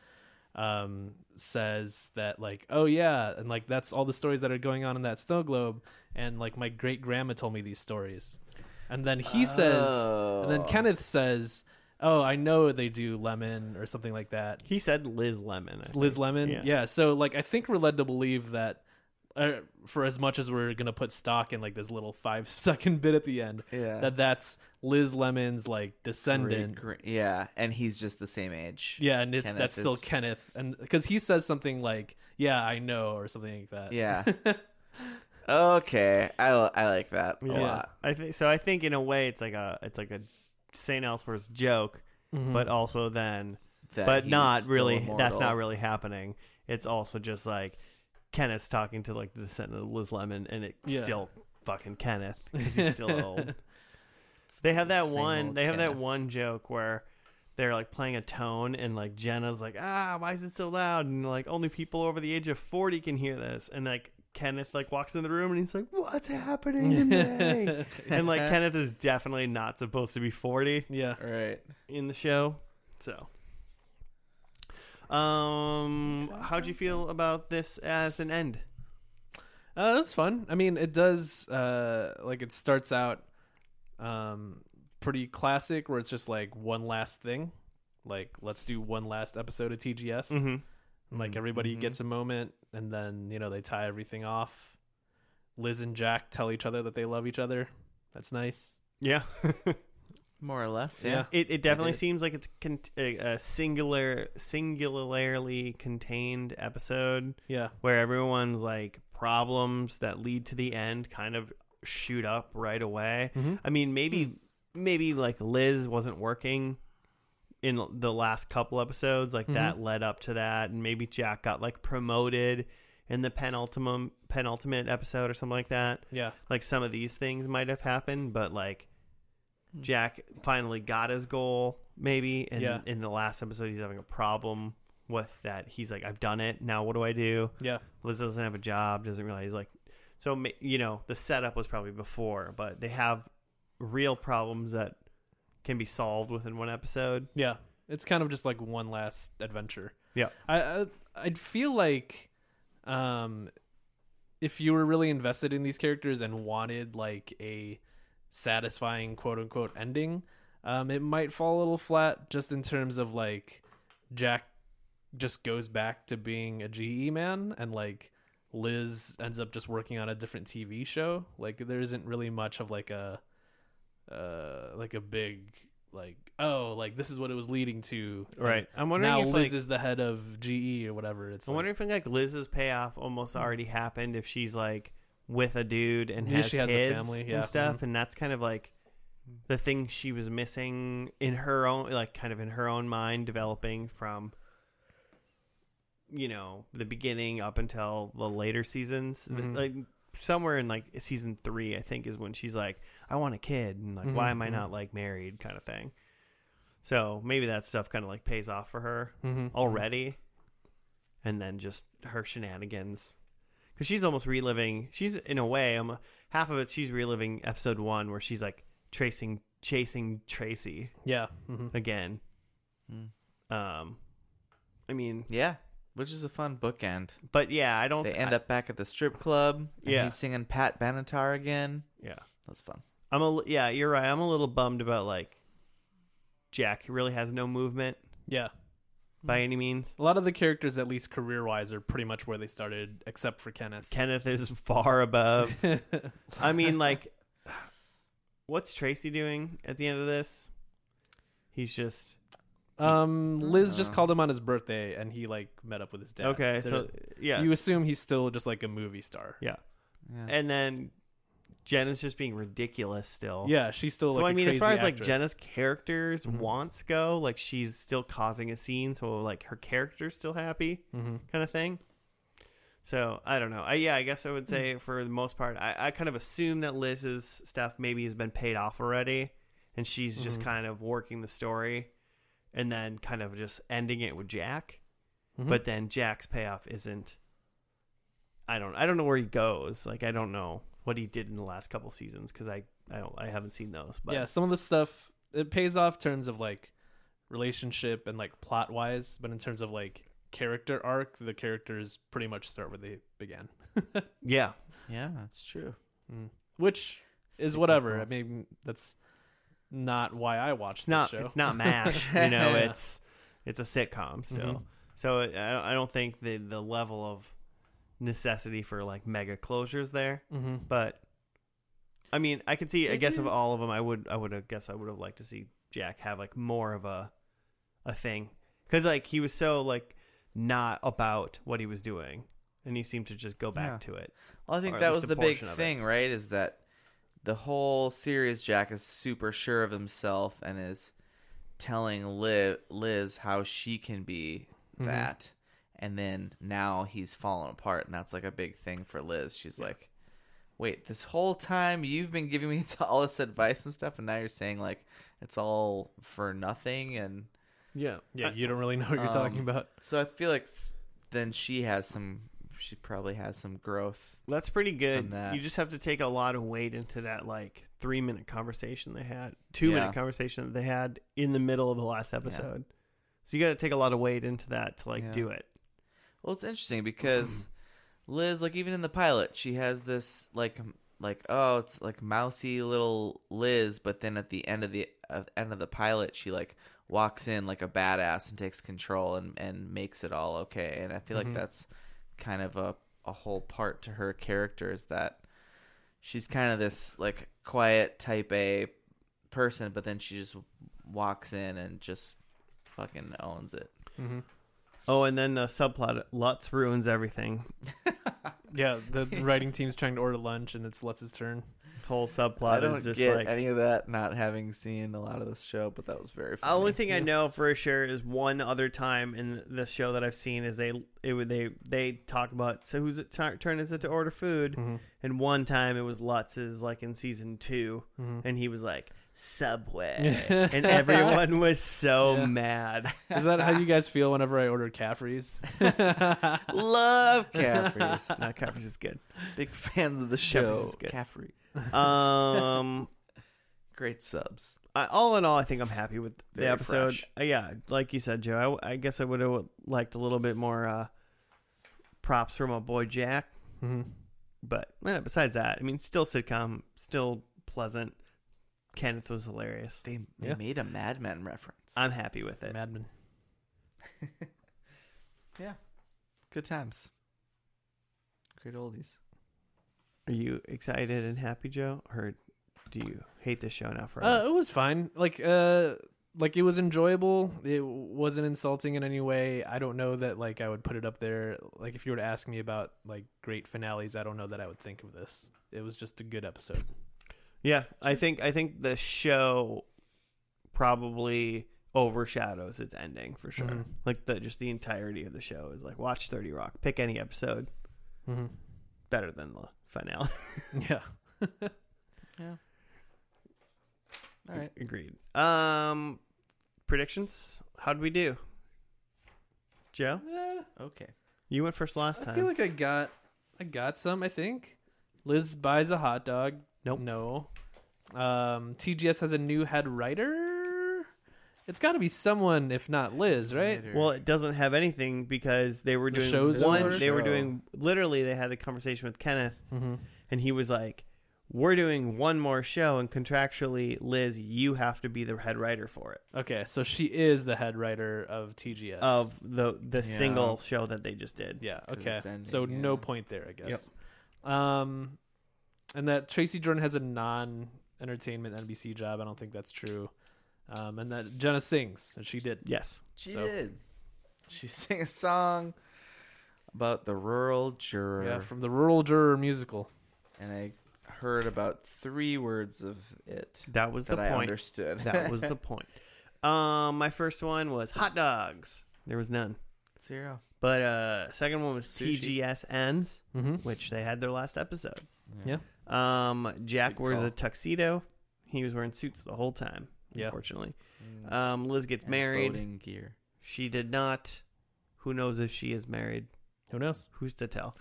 B: um, says that like, oh yeah, and like that's all the stories that are going on in that snow globe, and like my great grandma told me these stories, and then he says, and then
C: Oh.
B: Kenneth says, oh I know they do lemon or something like that.
A: he said Liz Lemon. I
B: It's Liz
A: think.
B: Lemon,
A: Yeah.
B: yeah. So like I think we're led to believe that. Uh, for as much as we're gonna put stock in like this little five [laughs] second bit at the end,
C: Yeah.
B: that that's Liz Lemon's like descendant,
C: Great- great- yeah, and he's just the same age.
B: Yeah, and it's
C: Kenneth
B: that's still
C: is-
B: Kenneth, and because he says something like, "Yeah, I know," or something like that. [laughs]
C: Yeah. okay, I, li- I like that a
A: Yeah.
C: lot.
A: I think so. I think in a way, it's like a it's like a Saint Elsewhere's joke, but also then,
C: That
A: but
C: he's
A: not
C: still
A: really. That's
C: immortal.
A: not really happening. It's also just like Kenneth's talking to like the descendant of Liz Lemon, and it's
B: Yeah.
A: still fucking Kenneth because he's still old. They have that
C: Same
A: one.
C: old
A: They have that
C: Kenneth.
A: one joke where they're like playing a tone, and like Jenna's like, "Ah, why is it so loud?" And like only people over the age of forty can hear this. And like Kenneth like walks in the room and he's like, "What's happening to
B: [laughs]
A: me?" and
C: [laughs]
A: like Kenneth is definitely not supposed to be forty
B: yeah.
C: Right.
A: in the show. So, um, how'd you feel about this as an end?
B: Uh, that's fun. I mean, it does. Uh, like it starts out, um, pretty classic, where it's just like one last thing, like let's do one last episode of TGS.
A: Mm-hmm.
B: And, Like everybody gets a moment, and then you know they tie everything off. Liz and Jack tell each other that they love each other. That's nice.
A: Yeah. [laughs]
C: More or less, yeah.
B: Yeah.
A: It, it definitely
C: did.
A: seems like it's con- a, a singular, singularly contained episode
B: Yeah.
A: where everyone's like problems that lead to the end kind of shoot Mm-hmm. up right away. I mean, maybe maybe like Liz wasn't working in the last couple episodes, like that led up to that, and maybe Jack got like promoted in the penultimum penultimate episode or something like that.
B: Yeah.
A: Like some of these things might have happened, but like Jack finally got his goal, maybe, and
B: Hmm. Yeah.
A: in the last episode he's having a problem with that. He's like, I've done it. Now what do I do?
B: Yeah.
A: Liz doesn't have a job, doesn't realize like so ma- you know, the setup was probably before, but they have real problems that can be solved within one episode.
B: Yeah, it's kind of just like one last adventure.
A: Yeah.
B: I, I I'd feel like, um, if you were really invested in these characters and wanted like a satisfying quote unquote ending, um, it might fall a little flat just in terms of like Jack just goes back to being a GE man and like Liz ends up just working on a different TV show. Like there isn't really much of like a uh like a big like oh like this is what it was leading to. and
A: Right. I'm wondering
B: now
A: if like,
B: Liz is the head of GE or whatever. It's
A: I'm
B: like, Hmm.
A: wondering if like Liz's payoff almost already happened if she's like with a dude and
B: Yeah,
A: has
B: she has a
A: kids
B: family, yeah. Hmm.
A: and stuff, and that's kind of like the thing she was missing in her own like kind of in her own mind developing from you know the beginning up until the later seasons
B: Mhm.
A: like somewhere in like season three i think is when she's like i want a kid and like why
B: Mhm,
A: am i
B: mhm.
A: not like married kind of thing so maybe that stuff kind of like pays off for her
B: Mhm.
A: already and then just her shenanigans because she's almost reliving she's in a way um, half of it she's reliving episode one where she's like tracing chasing tracy
B: yeah, mhm.
A: again
C: Hmm.
A: um i mean
C: Yeah, which is a fun bookend.
A: but yeah i don't
C: They end up back at the strip club. And
A: Yeah.
C: he's singing Pat Benatar again.
A: yeah
C: That's fun.
A: i'm a yeah you're right i'm a little bummed about like jack really has no movement
B: yeah.
C: Mm.
A: by any means
B: A lot of the characters, at least career wise, are pretty much where they started, except for Kenneth.
A: kenneth is [laughs] far above I mean, like, what's Tracy doing at the end of this? He's just Mm.
B: um, Liz just
C: Uh.
B: called him on his birthday, and he like met up with his dad.
A: okay. So
B: They're-
A: yeah,
B: you assume he's still just like a movie star.
A: yeah,
C: Yeah.
A: and then Jen is just being ridiculous still.
B: Yeah, she's still.
A: So
B: like,
A: I
B: a
A: mean, as
B: crazy
A: far as like
B: actress.
A: Jenna's characters
B: Mhm.
A: wants go, like she's still causing a scene, so like her character's still happy,
B: Mhm.
A: kind of thing. So I don't know. I yeah, I guess I
B: Hmm.
A: would say for the most part, I, I kind of assume that Liz's stuff maybe has been paid off already, and she's just
B: Mhm.
A: kind of working the story, and then kind of just ending it with Jack.
B: Mhm.
A: But then Jack's payoff isn't. I don't. I don't know where he goes. Like I don't know what he did in the last couple seasons because I I don't I haven't seen those. But
B: yeah, some of the stuff it pays off in terms of like relationship and like plot wise, but in terms of like character arc, the characters pretty much start where they began, [laughs]
A: yeah,
C: yeah, that's true.
B: Mm. which is
C: Cyclical.
B: whatever. I mean, that's not why I watch
A: it's
B: this
A: not
B: show.
A: it's not
B: [laughs]
A: mash you know
B: Yeah. Mm-hmm.
A: it's it's a sitcom still so I, don't- I don't think the the level of necessity for like mega closures there
B: hmm
A: but i mean i could see i
C: They
A: guess of
C: do-
A: all of them i would i would have guess i would have liked to see jack have like more of a a thing because like he was so like not about what he was doing and he seemed to just go back
C: Yeah.
A: to it
C: Well, I think
A: Or at
C: that
A: least
C: was
A: a
C: the big
A: portion of it.
C: thing, right? Is that the whole series Jack is super sure of himself and is telling Liz, Liz how she can be
A: Mm-hmm.
B: Mhm.
C: that. And then now he's fallen apart, and that's like a big thing for Liz. She's like, "Wait, this whole time you've been giving me [laughs] all this advice and stuff, and now you're saying like it's all for nothing." And
A: yeah
B: Yeah, you don't really know what you're talking
C: Um,
B: about.
C: so I feel like s- then she has some, she probably has some growth
A: That's pretty good.
C: From that.
A: You just have to take a lot of weight into that like three minute conversation they had, two
C: Yeah.
A: minute conversation that they had in the middle of the last episode. So you got to take a lot of weight into that to like
C: Yeah.
A: do it.
C: Well, it's interesting because Liz, like even in the pilot, she has this like m- like oh, it's like mousy little Liz, but then at the end of the uh, end of the pilot, she like walks in like a badass and takes control and and makes it all okay. And I feel
B: Mhm.
C: like that's kind of a a whole part to her character is that she's kind of this like quiet type A person, but then she just walks in and just fucking owns it.
B: hmm
A: Oh, and then the subplot Lutz ruins everything. [laughs]
B: Yeah, the writing team's trying to order lunch, and it's Lutz's turn.
A: whole
C: I
A: subplot
C: don't
A: is just
C: get
A: like
C: any of that. Not having seen a lot of this show, but that was very.
A: The
C: Funny.
A: [laughs] only thing I know for sure is one other time in the show that I've seen is they it would they they talk about so whose it tur- turn is it to order food, and one time it was Lutz's like in season 2 and he was like Subway, and everyone was so
B: Yeah.
A: mad. [laughs]
B: Is that how you guys feel whenever I order Caffrey's? [laughs] Mm-hmm.
C: love Caffrey's.
A: no, Caffrey's is good.
C: [laughs] Big fans of the show.
A: is good.
C: Caffrey,
A: Um,
C: great subs.
A: I, all in all, I think I'm happy with the
C: Very
A: episode.
C: fresh.
A: Uh, yeah, like you said, Joe, I, I guess I would have liked a little bit more uh, props from my boy Jack. But eh, besides that, I mean, still sitcom, still pleasant. Kenneth was hilarious.
C: They, they
B: Yeah.
C: made a Mad Men reference. [laughs]
A: I'm happy with it.
B: Madman.
C: Good times. Great oldies.
A: Are you excited and happy, Joe, or do you hate this show now
B: Uh,
A: forever?
B: it was fine. Like, uh, like it was enjoyable. It wasn't insulting in any way. I don't know that like I would put it up there. Like if you were to ask me about like great finales, I don't know that I would think of this. It was just a good episode.
A: yeah, I think I think the show probably overshadows its ending for sure.
B: Mhm.
A: Like the just the entirety of the show is like watch Thirty Rock, pick any episode,
B: Mm-hmm.
A: better than the finale.
B: Yeah.
C: All right.
A: [laughs] Agreed. Um, predictions? How'd we do? Joe,
C: Okay.
A: you went first last
B: Eh, I
A: time.
B: feel like I got, I got some. I think Liz buys a hot dog.
A: Nope.
B: No. Um, TGS has a new head writer. It's got to be someone, if not Liz, right?
C: Later.
A: well, it doesn't have anything because they were
B: The
A: doing
B: show's
A: one.
B: over?
A: They were
C: Show.
A: doing literally. They had a conversation with Kenneth,
B: Mm-hmm.
A: and he was like, "We're doing one more show, and contractually, Liz, you have to be the head writer for it
B: Okay, so she is the head writer of TGS.
A: of the the
C: Yeah.
A: single show that they just did."
B: yeah,
C: 'Cause
B: okay.
C: it's ending,
B: so no
C: yeah.
B: point there, I guess. Um, and that Tracy Jordan has a non-entertainment NBC job. I don't think that's true. Um, and that Jenna sings, and she did.
A: Yes.
C: She
B: So-
C: did. She [laughs] sang a song about the rural juror,
B: Yeah, from the Rural Juror musical.
C: and I heard about three words of it
A: That was
C: that
A: the
C: I
A: point.
C: understood.
A: [laughs] That
C: [laughs]
A: was the point. Um, my first one was hot dogs. There was none.
C: zero.
A: But uh second one was
C: Sushi.
A: TGSNs,
B: Mm-hmm.
A: which they had their last episode.
B: Yeah.
A: Um Jack
C: Good
A: wears
C: call.
A: a tuxedo. He was wearing suits the whole time,
B: Yeah.
A: unfortunately.
C: Mm.
A: Um Liz gets
C: And
A: married.
C: Voting gear.
A: She did not. Who knows if she is married?
B: Who knows?
A: Who's to tell?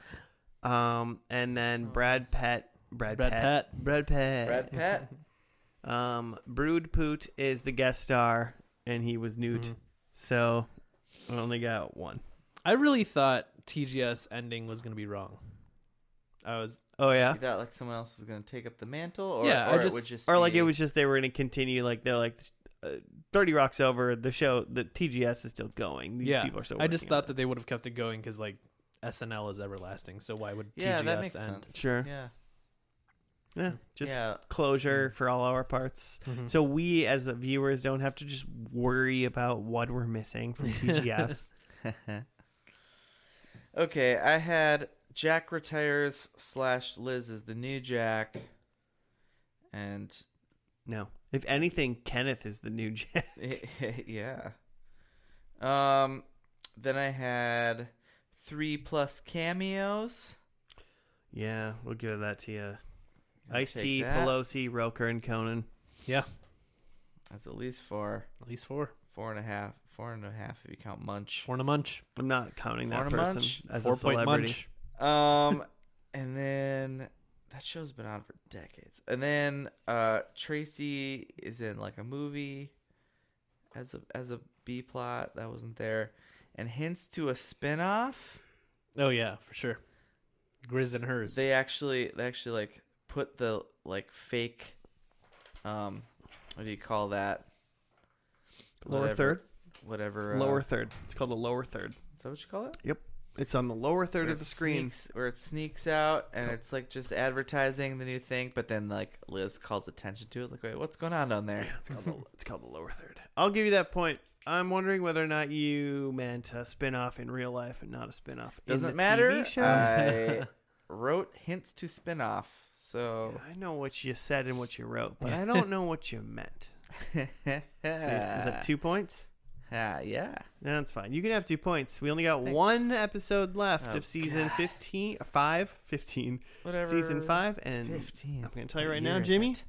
A: Um and then
C: Oh,
A: Brad Pett Brad,
B: Brad
A: Pett.
B: Pett.
A: Brad Pett.
C: Brad
B: [laughs]
C: Pitt.
A: Um Brood Poot is the guest star and he was nude.
B: Mhm.
A: So I only got one.
B: I really thought TGS ending was gonna be wrong. I was
A: Oh [laughs] yeah.
C: You thought like someone else was going to take up the mantle, or,
B: Yeah,
C: or
B: I
C: it
B: just-
C: would just
A: or like
C: be-
A: it was just they were going to continue like they're like uh, 30 rocks over the show the tgs is still going these
B: yeah.
A: people are still
B: I just
A: working on
B: thought
A: it.
B: that they would have kept it going because like SNL is everlasting. So why would TGS
C: yeah, that makes
B: end?
C: sense.
A: sure yeah,
C: Yeah,
A: just
C: yeah.
A: closure for all our parts
B: Mhm.
A: so we as viewers don't have to just worry about what we're missing [laughs] from tgs
C: okay, I had Jack retires slash Liz is the new Jack, and [laughs]
A: no if anything kenneth is the new [laughs] jack
C: yeah. Um, then I had three plus cameos.
A: yeah we'll give that to you
C: I'll
A: ice t
C: take that.
A: pelosi roker and conan
B: Yeah,
C: That's at least four,
B: at least four.
C: four and a half, four and a half if you count Munch.
B: Four and a munch.
A: i'm not counting that
C: Foreigner
A: person
C: Munch?
A: as
B: Four
A: a
B: point
A: celebrity
B: munch.
C: Um, [laughs] and then that show's been on for decades. And then uh, Tracy is in like a movie as a as a B plot that wasn't there, and hints to a spin off.
B: Oh yeah, for sure. Grizz and hers.
C: They actually they actually like put the like fake um what do you call that?
A: lower
C: Whatever.
A: third
C: Whatever uh,
A: lower third it's called a lower third
C: is that what you call it?
A: It's on the lower third
C: Where
A: of
C: it
A: the screen.
C: sneaks- where it sneaks out and it's like just advertising the new thing, but then like Liz calls attention to it, like, wait, what's going on down there?
A: It's called, the, it's called the lower third. I'll give you that point. I'm wondering whether or not you meant a spin off in real life and not a spin off.
C: Doesn't
A: in the
C: matter.
A: [laughs]
C: Uh,
A: TV show.
C: I wrote hints to spin-off. So
A: I know what you said and what you wrote, but I don't know what you
C: [laughs]
A: meant. See, Is [laughs] that two points?
C: Ah, [laughs] yeah.
A: No, that's fine. You can have two points. We only got one
C: Thanks.
A: episode left
C: Oh,
A: of season
C: God.
A: 15, 5, 15,
C: Whatever.
A: season 5, and
C: 15.
A: I'm going to tell you
C: What
A: right
C: year
A: now,
C: is
A: Jimmy,
C: it?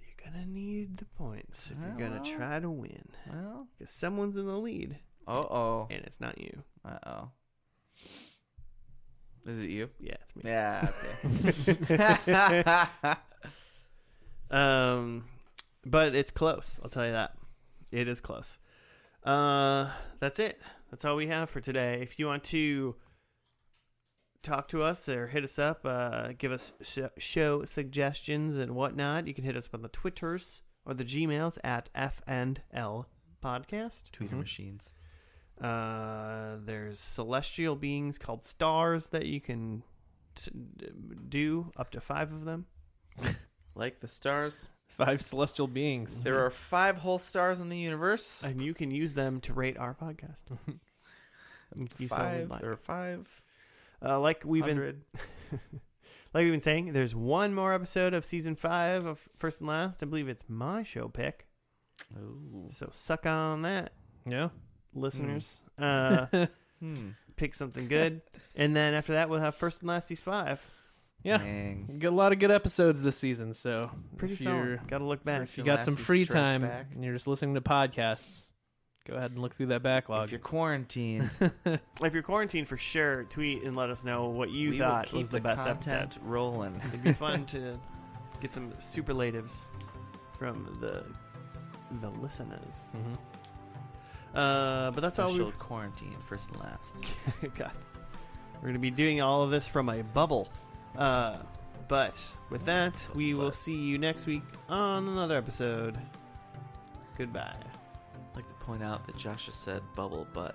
A: you're going to need the points if
C: Oh,
A: you're going to
C: well.
A: try to win.
C: Well,
A: Because someone's in the lead,
C: uh-oh.
A: and it's not you.
C: Uh-oh. Is it you?
A: Yeah, it's me.
C: Yeah,
A: [laughs]
C: [laughs] okay.
A: Um, but it's close. I'll tell you that. It is close. Uh, that's it. That's all we have for today. If you want to talk to us or hit us up, uh, give us sh- show suggestions and whatnot, you can hit us up on the Twitters or the Gmails at FNL Podcast.
C: Tweeter machines.
A: Uh, there's celestial beings called stars that you can t- d- do up to five of them.
C: Like the stars.
B: Five celestial beings.
A: Mm-hmm.
C: There are five whole stars in the universe.
A: and you can use them to rate our
C: [laughs]
A: podcast. If you so would
C: five.
A: like.
C: There are five.
A: Uh, like we've been,
C: hundred.
A: like we've been saying, there's one more episode of season five of First and Last. I believe it's my show pick,
C: Ooh.
A: so suck on that,
B: Yeah.
A: listeners. Uh,
C: [laughs] Hmm.
A: pick something good, and then after that, we'll have First and Last These Five.
B: Yeah.
C: Dang.
B: Got a lot of good episodes this season, so
A: Pretty
B: if
A: solid.
B: you're
A: Got to look back.
B: if you
C: The
B: got some
C: Lassie
B: free
C: Strike
B: time
C: Back.
B: and you're just listening to podcasts, go ahead and look through that backlog.
C: If you're quarantined,
A: If you're quarantined for sure, tweet and let us know what [laughs] you
C: we will
A: thought
C: keep
A: was the,
C: the
A: best
C: content
A: episode.
C: rolling.
A: It'd be fun to get some superlatives from the the listeners.
B: Mhm.
A: Uh, but that's all
C: Special
A: we.
C: quarantine, first and last.
A: [laughs] God, we're gonna be doing all of this from a bubble. Uh, but with that, we will
C: But-
A: see you next week on another episode. Goodbye.
C: I'd like to point out that Josh just said bubble butt.